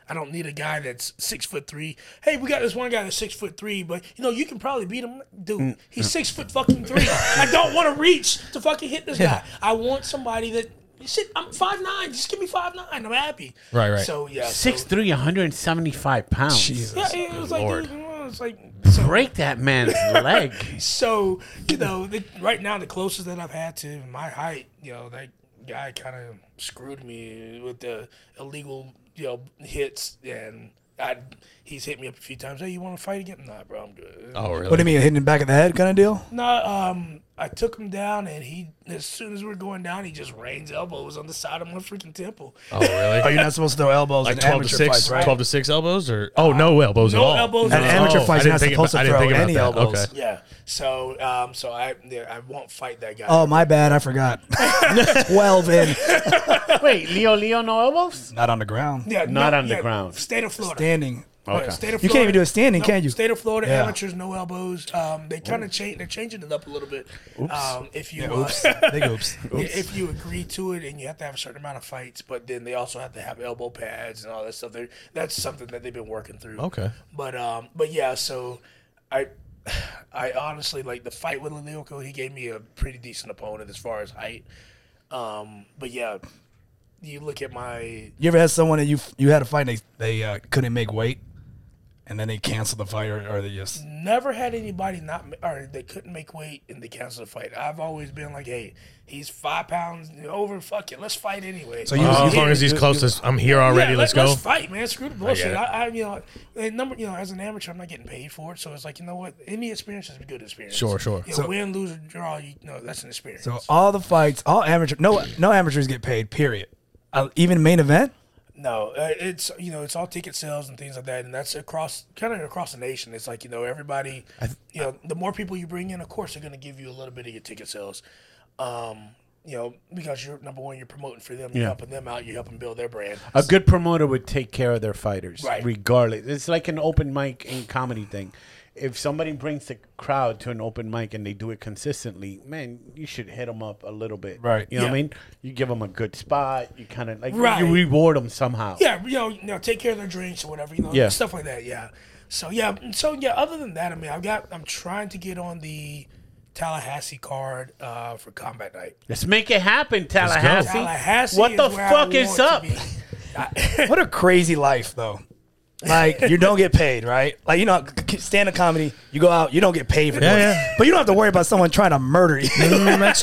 S2: I don't need a guy that's six foot three. Hey, we got this one guy that's six foot three, but you know you can probably beat him,
S5: Mm,
S2: dude. He's six foot fucking
S5: <laughs>
S2: three. I don't want to reach to fucking hit this guy. I want somebody that shit. I'm five nine. Just give me five nine. I'm happy.
S5: Right, right.
S2: So yeah, So,
S3: 6'3", 175 pounds.
S1: Jesus.
S2: yeah, it was like,
S5: Lord.
S2: dude, it's like
S3: Break that man's leg.
S2: so you know the, right now the closest that i've had to my height you know that guy kind of screwed me with the illegal you know hits and i he's hit me up a few times hey you want to fight again nah bro i'm good
S5: Oh really?
S1: What do you mean, hitting him back in the head kind of deal?
S2: no um i took him down and he as soon as we are going down he just rains elbows on the side of my freaking temple
S5: Oh really?
S1: Oh, you're not supposed to throw elbows
S5: like
S1: in
S5: twelve to
S1: amateur
S5: six,
S1: fights, right?
S5: twelve to six elbows, or oh no elbows
S2: no
S5: at all.
S2: elbows
S1: At
S2: Oh,
S1: amateur fights,
S5: I
S1: you're
S5: didn't
S1: not
S5: think
S1: supposed
S5: about- I
S1: to
S5: didn't
S1: throw
S5: think about
S1: any
S5: that.
S1: elbows.
S5: Okay.
S2: yeah so um so i there i won't fight that guy
S1: Oh, my bad. I <laughs> forgot. 12 in.
S3: Wait, Leo, Leo, no elbows?
S1: Not on the ground.
S2: yeah,
S3: Not on the ground.
S2: state of florida
S1: Standing.
S2: But State of
S1: You can't even do a standing,
S2: no,
S1: can you?
S2: State of Florida
S1: Yeah.
S2: amateurs, no elbows. Um, they kind of change. They're changing it up a little bit. Um, <laughs> if you
S1: Oops.
S2: uh,
S1: Big oops.
S2: if you agree to it, and you have to have a certain amount of fights, but then they also have to have elbow pads and all that stuff. They're, that's something that they've been working through.
S5: Okay.
S2: But um, but yeah, so I. <sighs> I honestly like the fight with Lilioko. He gave me a pretty decent opponent as far as height. Um, but yeah, you look at my
S1: You ever had someone that you you had a fight and they, they uh, couldn't make weight, and then they canceled the fight, or, or they just
S2: never had anybody not ma- or they couldn't make weight and they canceled the fight. I've always been like, hey, he's five pounds over. Fuck it, let's fight anyway. Uh,
S1: So you- Oh,
S5: as long as he's closest, I'm here already.
S2: Yeah,
S5: let's
S2: let,
S5: go.
S2: us fight, man. Screw the bullshit.
S5: it.
S2: I, I, you know, and number, you know, as an amateur, I'm not getting paid for it, so it's like, you know what? Any experience is a good experience.
S5: Sure, sure.
S2: You know, win, lose, or draw, you know, that's an experience.
S1: so all the fights, all amateur, no no amateurs get paid. Period. Uh, even main event.
S2: No, uh, it's you know it's all ticket sales and things like that, and that's across kind of across the nation. It's like you know everybody, you know, the more people you bring in, of course, they're going to give you a little bit of your ticket sales. Um, you know, because you're number one, you're promoting for them, you're
S3: Yeah. Uh,
S2: helping them out, you're helping build their brand.
S3: A good promoter would take care of their fighters,
S2: Right.
S3: regardless. It's like an open mic and comedy thing. If somebody brings the crowd to an open mic and they do it consistently, man, you should hit them up a little bit,
S1: Right.
S3: You know what I
S2: Yeah.
S3: mean? You give them a good spot. You kind of like
S2: Right.
S3: you reward them somehow.
S2: Yeah, you know, you know, take care of their drinks or whatever, you know,
S3: Yeah.
S2: stuff like that. Yeah. So yeah, mm, so yeah. Other than that, I mean, I've got I'm trying to get on the Tallahassee card uh, for Combat Night.
S3: Let's make it happen, Tallahassee.
S2: Tallahassee.
S3: what the
S2: is where I
S3: fuck is
S2: want to
S3: up?
S2: be.
S3: <laughs>
S1: What a crazy life, though. Like you don't get paid, right? Like you know, stand up comedy. You go out, you don't get paid for
S5: Yeah,
S1: that,
S5: yeah.
S1: but you don't have to worry about someone trying to murder you.
S5: Mm, that's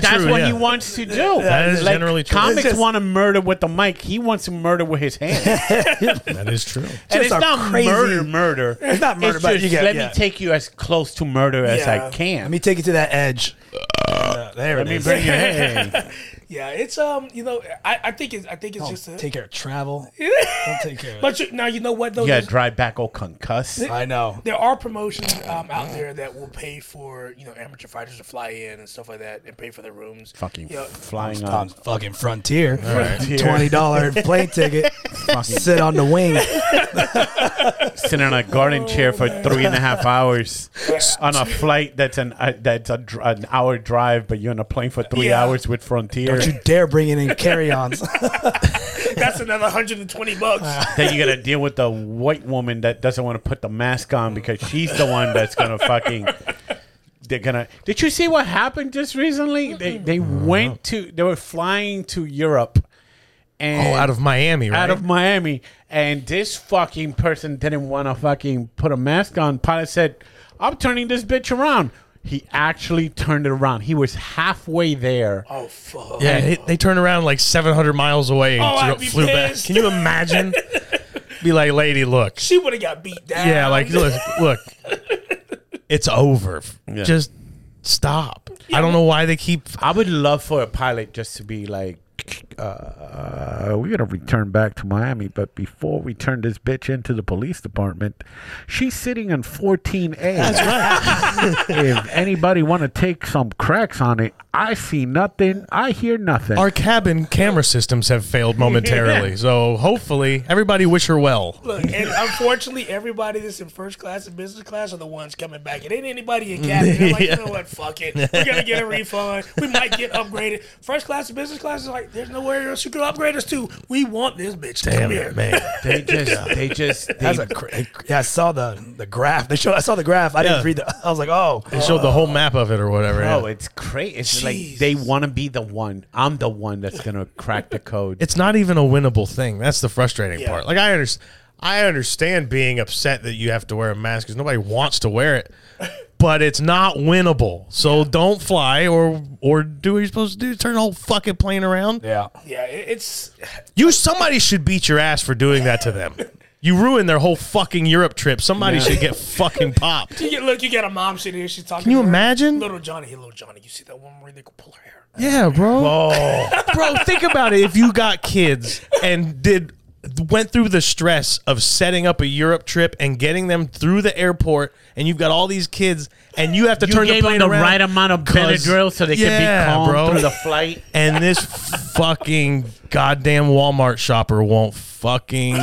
S3: <laughs> but that's
S5: true.
S3: what
S5: yeah.
S3: he wants to do.
S5: That is generally true.
S3: Comics
S1: It's just-
S3: want to murder with the mic. He wants to murder with his hand.
S5: that is true.
S3: and it's
S1: Just a
S3: not
S1: crazy-
S3: murder, murder. It's
S1: not murder, but
S3: just,
S1: you get-
S3: let
S1: yeah.
S3: me take you as close to murder as
S2: Yeah.
S3: I can.
S1: Let me take you to that edge. Yeah, there it <laughs>
S3: Let me
S1: is.
S3: bring your hand.
S2: Yeah, it's um, you know, I, I think it's I think
S5: Oh,
S2: it's just a,
S1: Take care of travel. Don't take care. Of
S2: but you, now you know what though.
S3: You gotta
S2: There's-
S3: drive back, old concuss.
S1: I
S2: <laughs>
S1: know.
S2: there are promotions um, out there that will pay for you know amateur fighters to fly in and stuff like that and pay for their rooms.
S3: Fucking
S2: You know,
S3: flying
S1: On
S3: up.
S1: fucking frontier,
S3: Frontier.
S1: twenty dollar plane ticket. sit on the wing.
S3: Sitting in a garden chair for
S1: Oh,
S3: three and a
S1: <laughs>
S3: half hours on a flight that's an uh, that's a, dr- an hour drive, but you're on a plane for three
S2: Yeah.
S3: hours with Frontier.
S1: Don't you dare bring it in carry-ons.
S2: that's another hundred and twenty
S5: <laughs>
S2: bucks.
S3: then you gotta deal with the white woman that doesn't want to put the mask on because she's the one that's gonna fucking they're gonna did you see what happened just recently they they
S5: Uh-huh.
S3: went to they were flying to europe and
S5: Oh, out of Miami, right?
S3: out of Miami, and this fucking person didn't want to fucking put a mask on. Pilot said, "I'm turning this bitch around." He actually turned it around. He was halfway there.
S2: Oh fuck!
S5: yeah, they, they turned around like 700 miles away and
S2: Oh, I'd
S5: dro-
S2: be
S5: flew back.
S2: pissed.
S5: Can you
S3: <laughs>
S5: imagine? be like, lady, look.
S2: She would have got beat down.
S5: Yeah, like look, look. It's over. Just stop. I don't know why they keep.
S3: I would love for a pilot just to be like, uh, "We're gonna return back to Miami, but before we turn this bitch into the police department, she's sitting in 14A. if anybody want to take some cracks on it, I see nothing. I hear nothing.
S5: Our cabin camera systems have
S3: <laughs>
S5: failed momentarily, so hopefully everybody wish her well.
S2: <laughs> Look, and unfortunately, everybody that's in first class and business class are the ones coming back. It ain't anybody in cabin. They're like, you know
S5: <laughs>
S2: what? Fuck it. We're gonna get a refund. We might get upgraded. First class and business class is like, there's nowhere else you can upgrade us to. We want this bitch. Damn Come here.
S5: man.
S3: They just, they just, they,
S1: That's a cra- yeah. I saw the the graph. They showed. I saw the graph. I
S5: Yeah.
S1: didn't read the. I was like, oh,
S5: They showed the whole map of it or whatever. yeah.
S3: oh, it's crazy. It's like they want to be the one. I'm the one that's gonna crack the code.
S5: it's not even a winnable thing. That's the frustrating
S2: Yeah.
S5: part. Like I understand, I understand being upset that you have to wear a mask because nobody wants to wear it, but it's not winnable. So don't fly or or do what you're supposed to do. Turn the whole fucking plane around.
S1: yeah.
S2: Yeah, it, it's
S5: You somebody should beat your ass for doing that to them. You ruined their whole fucking Europe trip. Somebody should get fucking popped.
S2: you get, look. You got a mom sitting here. She's talking.
S5: Can you
S2: to her.
S5: imagine?
S2: little Johnny? Hey, little Johnny. You see that woman where they can pull her hair?
S5: Yeah, bro. bro, think about it. If you got kids and did went through the stress of setting up a Europe trip and getting them through the airport, and you've got all these kids, and you have to
S3: You
S5: turn the
S3: gave them
S5: plane
S3: the
S5: around
S3: right amount of
S5: 'cause-
S3: Benadryl so they
S5: Yeah,
S3: can be calm
S5: bro.
S3: through the flight.
S5: and this fucking goddamn Walmart shopper won't fucking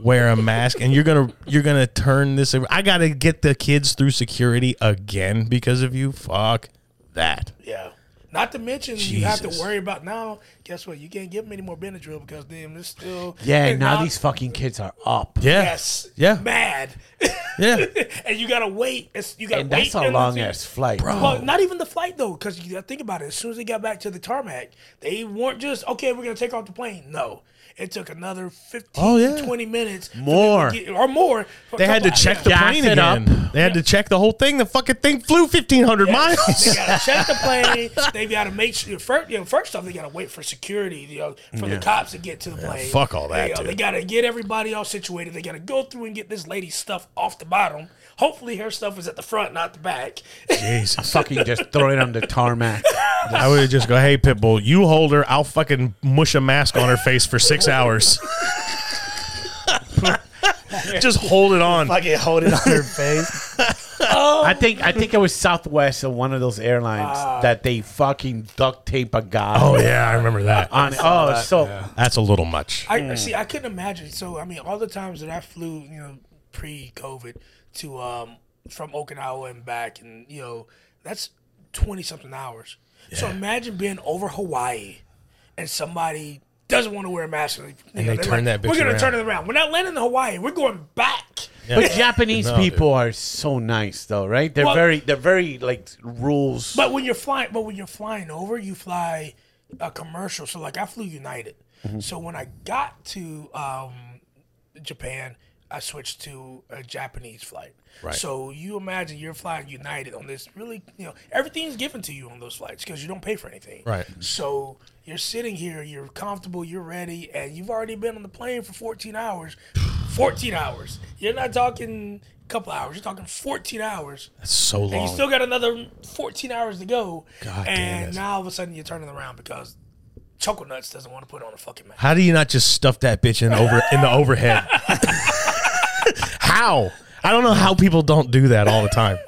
S5: wear a mask and you're gonna you're gonna turn this i gotta get the kids through security again because of you fuck that
S2: Yeah. Not to mention you have to
S5: Jesus.
S2: worry about now. Guess what? You can't give them any more Benadryl because damn, it's still
S3: Yeah,
S2: and
S3: now these fucking kids are up.
S5: yeah
S2: yes
S5: yeah
S2: mad, <laughs>
S5: yeah
S2: and you gotta wait. It's, you gotta
S3: And
S2: wait
S3: that's a
S2: until-
S3: long ass flight. Bro.
S2: Well, not even the flight though, because you gotta think about it. As soon as they got back to the tarmac, they weren't just okay. We're gonna take off the plane. No, it took another 15,
S5: Oh, yeah.
S2: 20 minutes, for them to
S3: More.
S2: get- or more.
S5: they had to check the
S3: Gas
S5: plane
S3: it
S5: again
S3: up.
S5: they had to check the whole thing the fucking thing flew
S2: <laughs>
S5: 1500
S2: They
S5: miles
S2: gotta check the
S5: <laughs>
S2: plane. They gotta make sure. First, you know, first off, they gotta wait for security, you know, for the cops to get to the plane.
S5: fuck all that,
S2: You know,
S5: dude.
S2: They gotta get everybody all situated. They gotta go through and get this lady's stuff off the bottom. Hopefully, her stuff is at the front, not the back.
S5: jesus
S3: Fucking just throw it on the tarmac.
S5: i would just go hey pitbull you hold her i'll fucking mush a mask on her face for six hours <laughs> just hold it on
S1: Fucking hold it on her face.
S3: I think I think it was Southwest or one of those airlines that they fucking duct tape a guy.
S5: oh yeah i remember that
S3: On, oh, so
S5: that's a little much
S2: I see. I couldn't imagine. So I mean, all the times that I flew, you know, pre-COVID to um from Okinawa and back, and you know, that's twenty something hours. So imagine being over Hawaii and somebody doesn't want to wear a mask, and they,
S5: they turn that bitch
S2: We're gonna
S5: around."
S2: turn it around. We're not landing in Hawaii. We're going back.
S3: But Japanese
S5: No,
S3: people are so nice though, right? They're
S2: Well-
S3: very they're very like rules.
S2: But when you're flying, but when you're flying over, you fly a commercial. So like I flew United.
S5: Mm-hmm.
S2: So when I got to um, Japan, I switched to a Japanese flight.
S5: Right.
S2: So you imagine you're flying United on this really, you know, everything's given to you on those flights because you don't pay for anything.
S5: Right.
S2: So you're sitting here, you're comfortable, you're ready, and you've already been on the plane for 14
S5: <sighs>
S2: hours. 14 hours. You're not talking a couple hours. You're talking 14 hours.
S5: That's so
S2: And
S5: long
S2: you still got another 14 hours to go.
S5: God damn
S2: and
S5: it.
S2: now all of a sudden you're turning around because Choco Nuts doesn't want to put on a fucking mask.
S5: How do you not just stuff that bitch in over in the overhead? <laughs> how? I don't know how people don't do that all the time.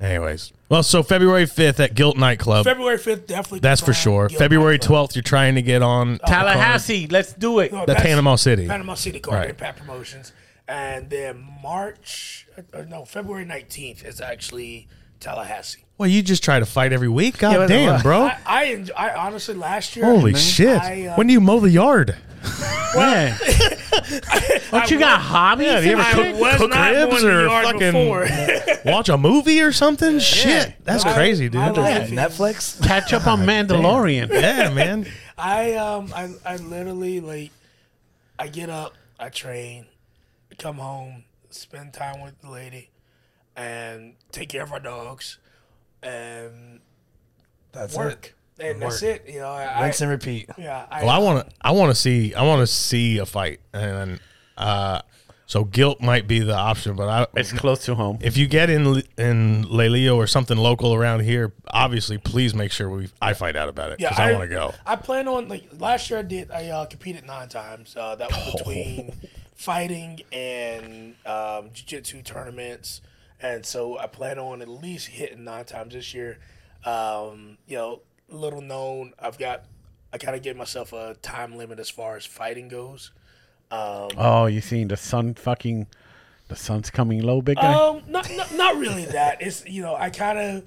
S5: Anyways, well, so February fifth at Guilt Nightclub.
S2: February 5th, definitely.
S5: that's for
S2: Grand
S5: sure.
S2: Guild
S5: February
S2: Nightclub.
S5: twelfth, you're trying to get on
S3: Oh, Tallahassee, let's do it.
S2: No,
S5: the
S2: that's
S5: Panama City.
S2: Panama City Card,
S5: Right.
S2: right. Pat Promotions. And then March, or no, February 19th is actually Tallahassee.
S5: Well, you just try to fight every week. God
S1: but-
S5: damn, bro!
S2: I, I, enjoy, I honestly, last year.
S5: Holy shit!
S2: I, uh,
S5: when do you mow the yard?
S3: Yeah. What you got hobbies?
S5: Yeah, you
S3: and
S5: ever
S2: I
S3: shit?
S5: cook-
S2: was not
S5: ribs
S2: going to
S5: or
S2: the yard
S5: fucking-
S2: before.
S5: Watch a movie or something? Shit, that's
S2: My-
S5: crazy,
S2: my
S5: dude.
S2: life is-
S1: Netflix.
S3: catch up on Mandalorian?
S5: Yeah, man.
S2: I um I, I literally like I get up, I train, come home, spend time with the lady, and take care of our dogs, and
S1: That's
S2: work, and that's it. You know,
S1: it.
S2: I, I
S1: Rinse and repeat.
S2: yeah. I,
S5: <laughs> Well, I want to. I want to see. I want to see a fight, and uh, so guilt might be the option. But I,
S3: <laughs> It's close to home.
S5: if you get in in Lelio or something local around here, obviously, please make sure we I find out about it
S2: yeah,
S5: because I, want to go.
S2: I plan on like last year I did. I uh, competed nine times. Uh, that
S5: <laughs>
S2: was between fighting and um, jiu-jitsu tournaments, and so I plan on at least hitting nine times this year. Um, you know, little known. I've got. I kind of gave myself a time limit as far as fighting goes.
S3: Oh, you seen the sun fucking the sun's coming low, big guy?
S2: Um, not, not not really that. It's you know I kind of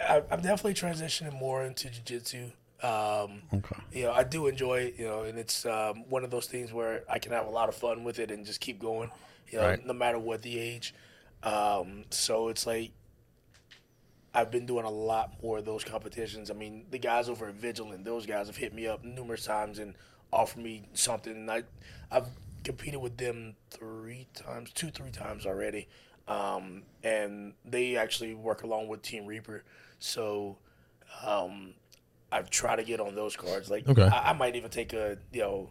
S2: I- I'm definitely transitioning more into jujitsu. Um,
S3: Okay.
S2: You know I do enjoy it. You know, and it's um, one of those things where I can have a lot of fun with it and just keep going. You know,
S5: Right.
S2: no matter what the age. Um, so it's like I've been doing a lot more of those competitions. I mean, the guys over at Vigilant, those guys have hit me up numerous times and offered me something. And I, I've competed with them three times, two, three times already. Um, and they actually work along with Team Reaper. So um, I've tried to get on those cards. Like,
S5: Okay.
S2: I, I might even take a, you know,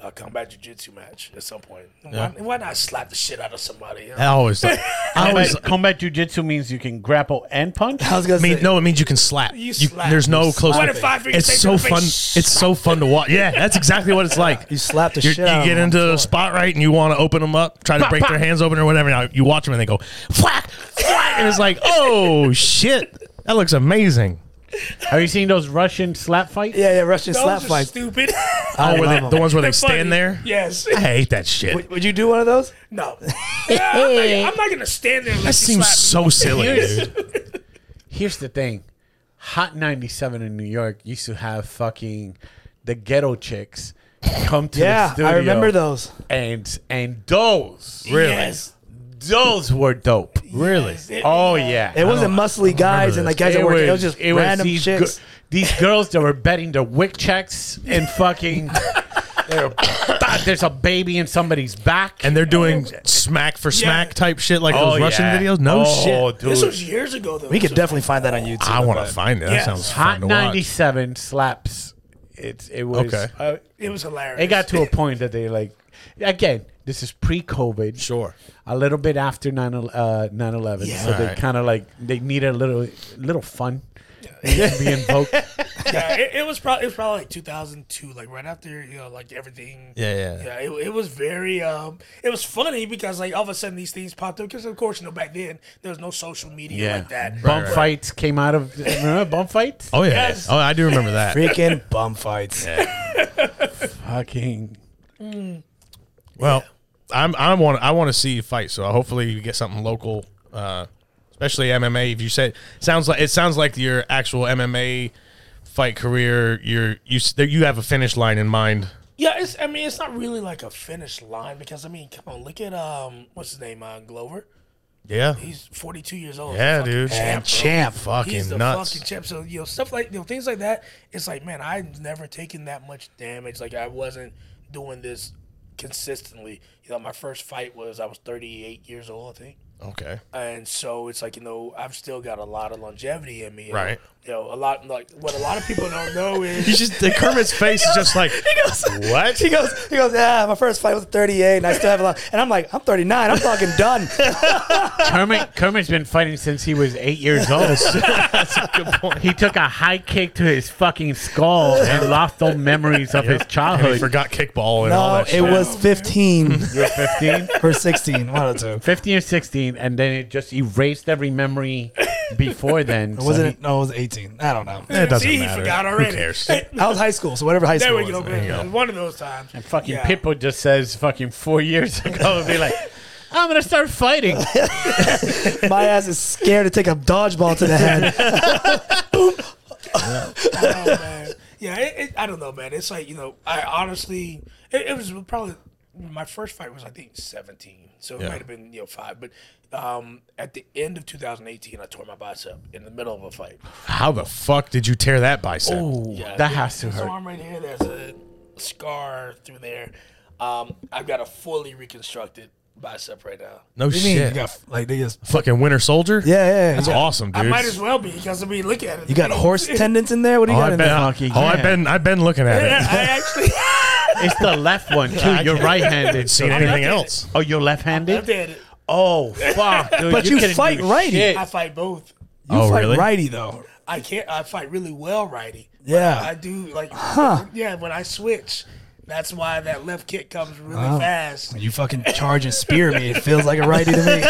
S2: a combat jiu-jitsu match at some point. Why, why not slap the shit out of somebody? you know?
S5: I
S4: Oh,
S5: always, I always.
S3: Combat, combat jujitsu means you can grapple and punch.
S1: I was gonna
S5: I mean,
S1: say
S5: no, it means you can slap.
S2: You
S5: You-
S2: slap.
S5: There's no
S2: You
S5: close.
S2: slap. What if I figure
S5: it's
S2: take
S5: so
S2: your face?
S5: fun. It's so fun to watch. Yeah, that's exactly what it's like.
S1: you slapped the
S5: You're-
S1: shit out
S5: you
S1: of
S5: get
S1: him.
S5: into a spot right and you want to open them up, try to
S3: Pop,
S5: break
S3: pop.
S5: their hands open or whatever. Now you watch them and they go flack, flack, and it's like, oh shit, that looks amazing.
S3: Have you seen those Russian slap fights?
S1: Yeah, yeah, Russian
S2: Those
S1: slap
S2: are
S1: fights.
S2: stupid.
S1: I
S4: Oh, were
S1: love
S4: they,
S1: them.
S4: the ones where they
S2: They're funny.
S4: stand there?
S2: Yes.
S4: I hate that shit.
S1: Would, would you do one of those?
S2: No. Yeah, I'm, not, I'm not gonna stand there. And
S4: That
S2: let you
S4: seems
S2: slap
S4: so silly,
S2: <laughs>
S4: dude.
S3: Here's the thing. Hot 97 in New York used to have fucking the ghetto chicks come to the
S1: Yeah,
S3: studio.
S1: I remember those.
S3: And and those
S2: me.
S4: Really?
S2: Yes.
S3: those were dope.
S4: Really?
S3: Oh yeah.
S1: It wasn't muscly guys and like guys that were. It was just random
S3: these
S1: chicks.
S3: gi- these girls that were betting the wick checks
S1: <laughs>
S3: and fucking they were- there's a baby in somebody's back.
S4: And they're doing smack for smack type shit like
S3: Oh,
S4: those Russian
S3: yeah.
S4: videos? No
S3: Oh,
S4: shit.
S3: dude.
S2: This was years ago though.
S1: we could
S2: So-
S1: definitely find that on YouTube.
S4: I want to
S1: but-
S4: find it. That
S2: Yes.
S4: sounds
S3: Hot
S4: fun to
S3: ninety
S4: watch.
S3: seven slaps. It it was
S4: Okay.
S3: uh,
S2: It was hilarious.
S3: it got to a point that they like again, this is pre COVID.
S4: Sure.
S3: A little bit after 9, el- uh, 9 11. So they
S4: Right.
S3: kind of like, they needed a little
S4: <laughs>
S3: little fun to be invoked.
S2: yeah, it, it was probably it was probably like 2002, like right after you know, like everything.
S4: Yeah, yeah.
S2: Yeah, it, it was very um, it was funny because like all of a sudden these things popped up because of course you know back then there was no social media like that.
S3: Bump fights came out of, remember
S4: <laughs>
S3: bump fights?
S4: Oh, yeah.
S2: Yes.
S4: Oh, I do remember
S2: <laughs>
S4: that.
S1: Freaking bum fights. <laughs>
S3: Fucking.
S4: Well, I'm, I want I want to see you fight, so hopefully you get something local, uh, especially MMA. If you said sounds like it sounds like your actual MMA fight career, you're you s- that you have a finish line in mind.
S2: Yeah, it's I mean it's not really like a finish line because I mean come on look at um what's his name uh, Glover
S4: Yeah,
S2: he's 42 years old
S4: yeah,
S2: Fucking
S4: dude,
S1: And
S2: champ, bro.
S1: champ.
S2: He's
S4: fucking
S2: the
S4: nuts.
S2: fucking champ. So you know stuff like you know things like that. It's like man, I've never taken that much damage. Like I wasn't doing this consistently. You know, my first fight was I was 38 years old, I think.
S4: okay,
S2: And so it's like you know I've still got a lot of longevity in me. you know.
S4: Right.
S2: You know a lot like what a lot of people don't
S4: <laughs>
S2: know
S4: he's
S2: is
S4: just the Kermit's face is just like what?
S1: He goes, he goes, ah, my first fight was 38 and I still have a lot. And I'm like, I'm 39. I'm fucking done.
S3: Kermit, Kermit's been fighting since he was eight years old.
S4: That's a good point.
S3: He took a high kick to his fucking skull and lost all memories of his
S4: And he
S3: childhood.
S4: forgot kickball and all
S1: No,
S4: that.
S1: it
S4: shit.
S1: was 15
S3: You were 15?
S1: <laughs> or 16. One of the two.
S3: 15 or 16, and then it just erased every <laughs> memory before then. so
S1: Was
S3: he-
S1: it? No, it was 18. I don't know.
S4: It doesn't
S2: See, he
S4: matter.
S2: forgot already.
S4: Who cares?
S1: I was high school, so whatever high
S2: there
S1: school
S2: we go,
S1: was.
S2: man. One of those times. And
S3: Fucking Pitbull just says fucking four years <laughs> ago and be like, I'm gonna start fighting.
S1: My ass is scared to take a dodgeball to the head.
S2: Oh, man. Yeah, it, it, I don't know, man. It's like you know, I honestly, it, it was probably my first fight was I think seventeen, so it
S4: Yeah.
S2: might have been you know five. But um, at the end of 2018, I tore my bicep in the middle of a fight.
S4: How the fuck did you tear that bicep?
S3: Ooh,
S2: Yeah,
S3: that
S2: thi-
S3: has to
S2: this
S3: hurt.
S2: arm right here, there's a scar through there. Um, I've got a fully reconstructed bicep right now.
S4: No
S1: You mean you
S4: shit.
S1: got, like they just.
S4: fucking Winter Soldier.
S1: Yeah, yeah, yeah.
S4: That's awesome, dude.
S2: I might as well be because I mean, look at it.
S1: You got horse
S2: <laughs>
S1: tendons in there? What do
S4: Oh,
S1: you got
S4: I've
S1: in
S4: been,
S1: there?
S3: Monkey,
S4: oh, I've
S3: yeah.
S4: been, I've been looking at it.
S2: I actually, <laughs>
S3: It's the left one too. You're
S4: <laughs>
S3: right-handed.
S4: seen
S3: so-
S4: anything else.
S3: Oh, you're
S2: I
S3: left-handed.
S2: did it.
S3: Oh fuck, dude,
S1: But you
S3: couldn't
S1: fight
S3: do
S1: righty.
S3: shit.
S2: I fight both.
S1: You
S4: oh,
S1: fight
S4: really?
S1: righty, though.
S2: I can't. I fight really well righty. But
S1: Yeah.
S2: I do like. Yeah, when I switch, that's why that left kick comes really fast.
S1: When you fucking charge and spear me, it feels like a righty to me.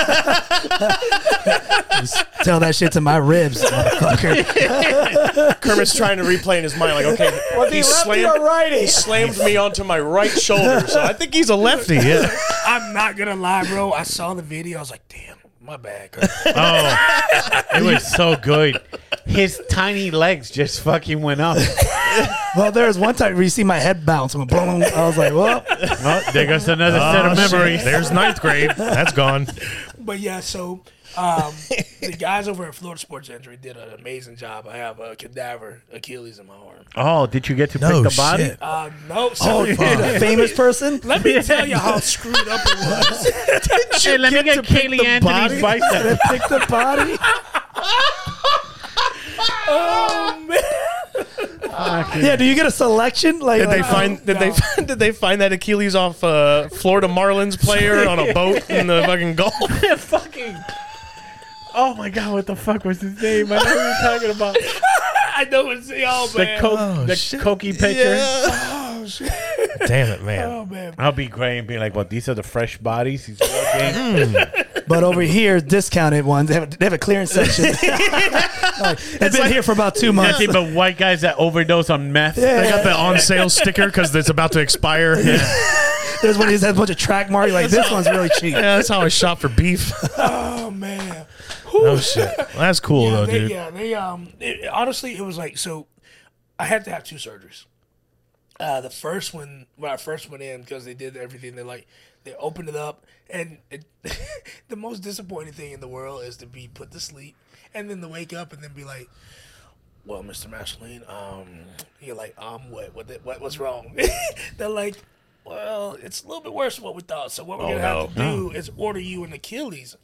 S1: Just tell that shit to my ribs, motherfucker.
S5: Kermit's trying to replay in his mind, like, okay, he slammed,
S1: righty?
S5: he slammed me onto my right shoulder, so I think he's a
S4: <laughs>
S5: lefty.
S4: Yeah.
S2: I'm not gonna lie, bro. I saw the video. I was like, damn, my
S1: <laughs>
S2: bad. Kirk.
S4: Oh,
S3: It was so good. His tiny legs just fucking went <laughs> up.
S1: Well, there was one time where you see my head bounce. I'm boom. I was like, well,
S3: Oh, there goes another set
S4: oh,
S3: of
S4: shit.
S3: memories.
S4: There's ninth grade. That's gone.
S2: but yeah, so um, the guys over at Florida Sports Injury did an amazing job. I have a cadaver Achilles in my arm.
S3: Oh, did you get to
S4: No
S3: pick the body?
S4: shit.
S2: Uh, no,
S1: oh,
S2: so
S1: dude, a famous person.
S2: <laughs> let me tell you how screwed up it was.
S3: Hey, let me get Kaylee Anthony's bicep.
S1: That picked the body. Oh, Yeah, do you get a selection? Like,
S4: Did they
S1: like <laughs>
S4: find? Did they? find- <laughs> Did they find that Achilles off a Florida Marlins player on a boat in the fucking Gulf?
S3: fucking. Oh my god, what the fuck was his name? I know what you're talking about.
S2: I know it's y'all,
S3: The
S2: man.
S3: coke, the
S4: shit.
S3: cokey pitcher.
S4: Damn it, man!
S2: oh man,
S3: I'll be great and be like, well, these are the fresh bodies. He's working.
S1: But over here, discounted ones. They have, a- they have a clearance section. It's been here for about two months.
S3: Nothing but white guys that overdose on meth.
S5: They got the on sale sticker because it's about to expire. <laughs> Yeah.
S1: There's one. He has a bunch of track marks. Like this one's really cheap.
S5: that's how I shop for beef.
S2: Oh man.
S5: <laughs> Oh shit, that's cool
S2: Yeah,
S5: though,
S2: they,
S5: dude.
S2: yeah, they um it, honestly it was like so I had to have two surgeries. Uh the first one when I first went in because they did everything they like they opened it up and it, <laughs> the most disappointing thing in the world is to be put to sleep and then to wake up and then be like well, Mr. Mascheline, um, you're like, um, what, what, the- what, what's wrong? <laughs> They're like, well, it's a little bit worse than what we thought. So what we're gonna have to do is order you an Achilles.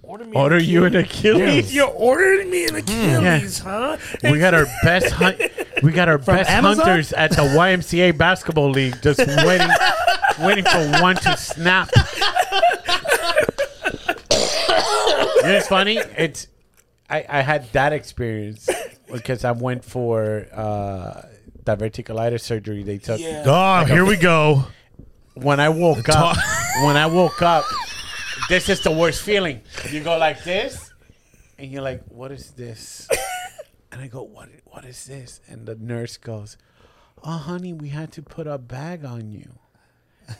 S2: Order me.
S3: Order you an
S2: Achilles.
S3: Achilles.
S2: <laughs> You're ordering me an Achilles, huh?
S3: Mm. We got our best hun- we got our best
S1: Amazon?
S3: hunters at the YMCA basketball league just waiting waiting for one to snap. you know it's funny? It's I, I had that experience because I went for uh diverticulitis surgery they took
S2: Yeah.
S5: Oh, here we go.
S3: when I woke up, when I woke up, this is the worst feeling. You go like this, and you're like, "What is this?" And I go, "What? What is this?" And the nurse goes, "Oh, honey, we had to put a bag on you."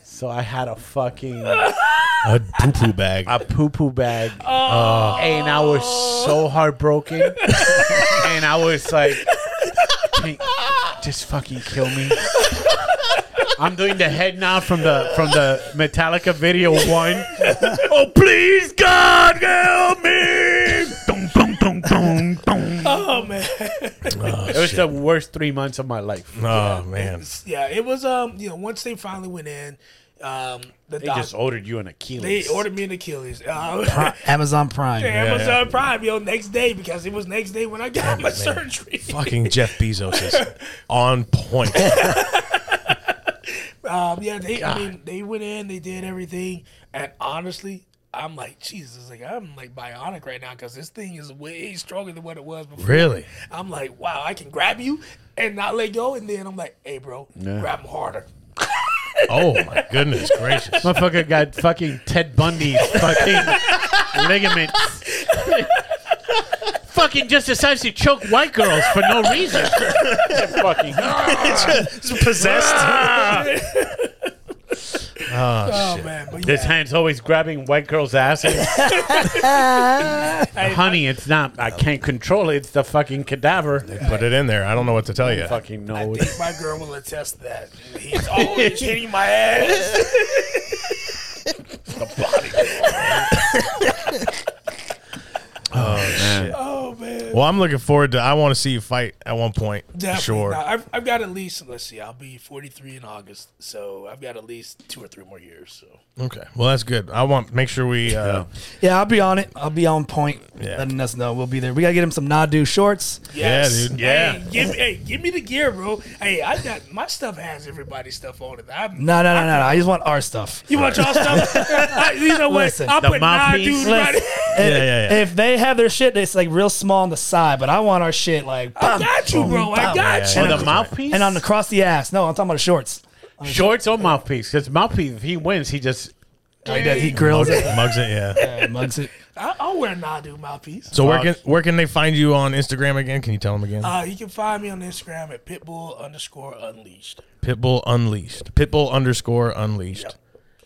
S3: So I had a fucking
S5: A poo poo bag. Oh.
S3: a poo poo bag, and I was so heartbroken, and I was like, "Can- "Just fucking kill me." I'm doing the head nod from the from the Metallica video one. <laughs> oh please, God help me! Dun, dun, dun, dun, dun.
S2: <laughs> Oh man. <laughs>
S3: it was the worst three months of my life.
S5: oh <laughs> man,
S2: yeah, it was. Um, you know, once they finally went in, um, the
S3: They
S2: doc-
S3: just ordered you an Achilles.
S2: they ordered me an Achilles.
S3: <laughs>
S2: Uh,
S1: Amazon Prime.
S2: <laughs> Amazon Prime, yo, next day because it was next day when I
S3: Oh,
S2: got
S3: <laughs>
S2: my surgery.
S5: fucking Jeff Bezos is <laughs> on point.
S2: Um, yeah, they. I mean, they went in, they did everything, and honestly, I'm like, Jesus, like I'm like bionic right now because this thing is way stronger than what it was before.
S5: <laughs> really?
S2: I'm like, wow, I can grab you and not let go, and then I'm like, hey, bro, grab him harder.
S5: Oh my goodness gracious.
S3: Motherfucker got fucking Ted Bundy's fucking
S2: <laughs>
S3: ligaments. fucking just decides to choke white girls for no reason. <laughs> fucking.
S5: <laughs> possessed.
S2: Oh man, but
S3: This
S2: yeah,
S3: hand's always grabbing white girls' asses.
S2: <laughs>
S3: Honey, it's not. I can't control it. It's the fucking cadaver.
S5: Put it in there. I don't know what to tell you.
S3: Fucking
S2: I
S3: no.
S2: think my girl will attest that he's always hitting my ass.
S1: <laughs>
S2: Oh man,
S5: Well, I'm looking forward to. I want to see you fight at one point. for
S2: Definitely.
S5: Sure.
S2: Now, I've, I've got at least let's see, I'll be 43 in August, so I've got at least two or three more years. So
S5: Okay. Well, that's good. I want make sure we. Uh,
S1: Yeah, I'll be on it. I'll be on point.
S5: Yeah.
S1: Letting us know we'll be there. We gotta get him some Nadu shorts.
S5: Yeah, dude.
S2: Yeah. Hey, give, hey, give me the gear, bro. Hey, I got my stuff has everybody's stuff on it. I'm,
S1: No, no, no, no, no. I just want our stuff.
S2: You want
S1: <laughs>
S2: y'all stuff? <laughs> I, you know what?
S1: Listen,
S2: I'll
S3: the
S2: put
S3: mouth
S2: nine
S3: piece.
S2: dudes right
S1: Listen.
S5: yeah, yeah, yeah.
S1: If they have their shit, it's like real small on the side, but I want our shit like
S2: <laughs> I got you, bro.
S1: Oh,
S2: I got
S5: yeah,
S2: you.
S5: yeah.
S3: Oh, The mouthpiece?
S1: and on the across the ass. No, I'm talking about the shorts.
S3: Shorts or mouthpiece? Because mouthpiece, if he wins, he just.
S1: Like that he grills it,
S5: Mugs it. Yeah.
S1: and mugs it.
S2: I, I'll wear a Nadu mouthpiece.
S5: So where can where can they find you on Instagram again? Can you tell them again?
S2: Uh, you can find me on Instagram at pitbull underscore unleashed.
S5: Pitbull Unleashed. Pitbull underscore Unleashed.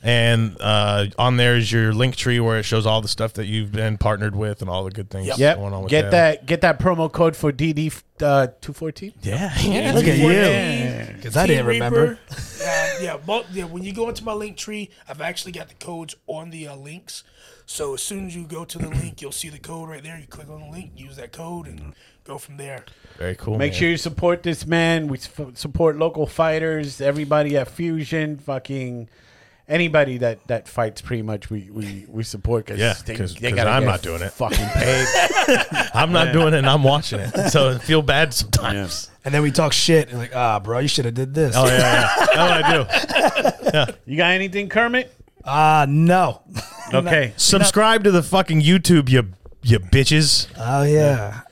S5: And uh, on there is your link tree where it shows all the stuff that you've been partnered with and all the good things
S3: Yep.
S5: going on with
S3: Get
S5: them.
S3: that. Get that promo code for DD uh, two fourteen.
S5: Yeah.
S1: Look at you.
S2: Yeah.
S1: Because I didn't remember.
S2: yeah, yeah, but, yeah, when you go into my link tree, I've actually got the codes on the uh, links. So as soon as you go to the link, you'll see the code right there. You click on the link, use that code, and go from there.
S5: Very cool.
S3: Make
S5: man.
S3: sure you support this man. We su- support local fighters. Everybody at Fusion, fucking anybody that that fights, pretty much we we we support. Cause
S5: Yeah,
S3: they-
S5: 'cause-
S3: they
S5: 'cause
S3: gotta
S5: I'm
S3: get
S5: not doing it.
S3: Fucking
S5: <laughs>
S3: paid.
S5: I'm not doing it and I'm watching it. So I feel bad sometimes.
S1: And then we talk shit and like, ah, bro, you should have did this.
S5: Oh, yeah. yeah. That's what I do.
S3: you got anything, Kermit?
S1: Ah, no.
S3: Okay.
S5: Subscribe to the fucking YouTube, you you bitches.
S1: Oh yeah.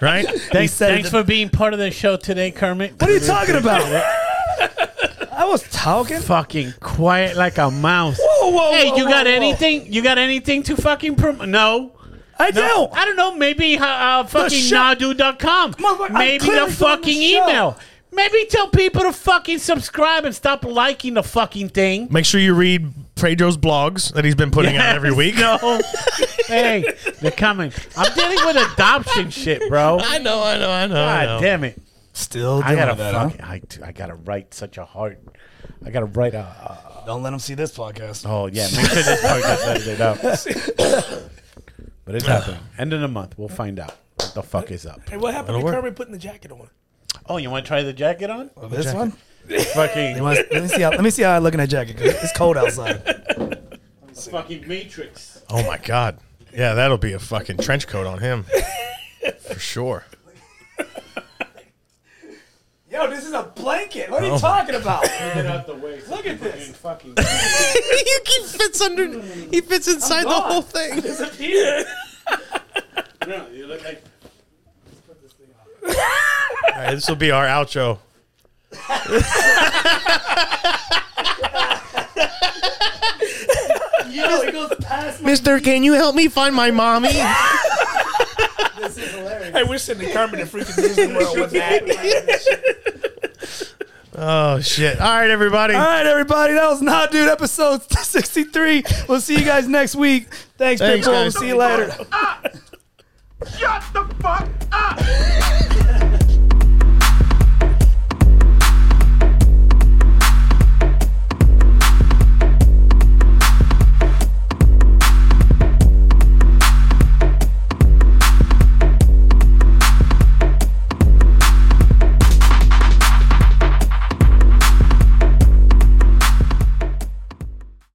S5: Right?
S3: Thanks,
S1: said it
S3: thanks for being part of the show today, Kermit.
S1: What are you talking about? I was talking.
S3: Fucking quiet like a mouse.
S1: Whoa, whoa,
S3: hey,
S1: whoa,
S3: you
S1: whoa,
S3: got
S1: whoa.
S3: anything? You got anything to fucking promote? No.
S1: I do.
S3: I don't know. Maybe uh, uh, fucking
S1: show-
S3: Nadu.com.
S1: Motherfucker, I'm
S3: Maybe
S1: clearly
S3: the
S1: doing
S3: fucking
S1: the show.
S3: email. Maybe tell people to fucking subscribe and stop liking the fucking thing.
S5: Make sure you read Pedro's blogs that he's been putting out every week.
S3: No. <laughs> hey, they're coming. I'm dealing with adoption shit, bro.
S5: I know, I know, I know. I know.
S3: God damn it.
S1: Still
S3: I
S1: doing
S3: gotta
S1: that.
S3: fucking, I, I gotta write such a hard. I gotta write a. a-
S1: huh? Don't let them see this podcast.
S3: oh yeah, <laughs> make sure this part gets
S1: <laughs>
S3: edited out. But it's happening. End of the month, we'll find out what the fuck is up.
S2: Hey, what happened
S5: That'll
S2: to
S5: work.
S2: Kirby putting the jacket on?
S3: Oh, you want to try the jacket on?
S1: this one.
S3: Fucking,
S1: Let me see. How, let me see how I look in that jacket. 'cause It's cold outside.
S3: fucking Matrix.
S5: Oh my god. Yeah, that'll be a fucking trench coat on <laughs> him. For sure.
S1: Yo, this is a blanket. What are you talking about?
S3: Get out the way. Look at this. Fucking.
S5: <laughs> you he fits under he fits inside
S1: Oh,
S5: the whole thing.
S3: No, you look like.
S5: Alright, this will be our outro.
S1: it goes past my.
S5: Mister, can you help me find
S2: <laughs>
S5: my mommy?
S1: This is hilarious.
S2: Hey, we're sending Kermit to freaking Disney World with that.
S5: oh shit. Alright everybody.
S1: All right, everybody. That was not dude episode <laughs> 63. We'll see you guys next week. Thanks,
S5: Thanks,
S1: people. We'll
S5: guys.
S1: see you later.
S6: Shut the fuck up!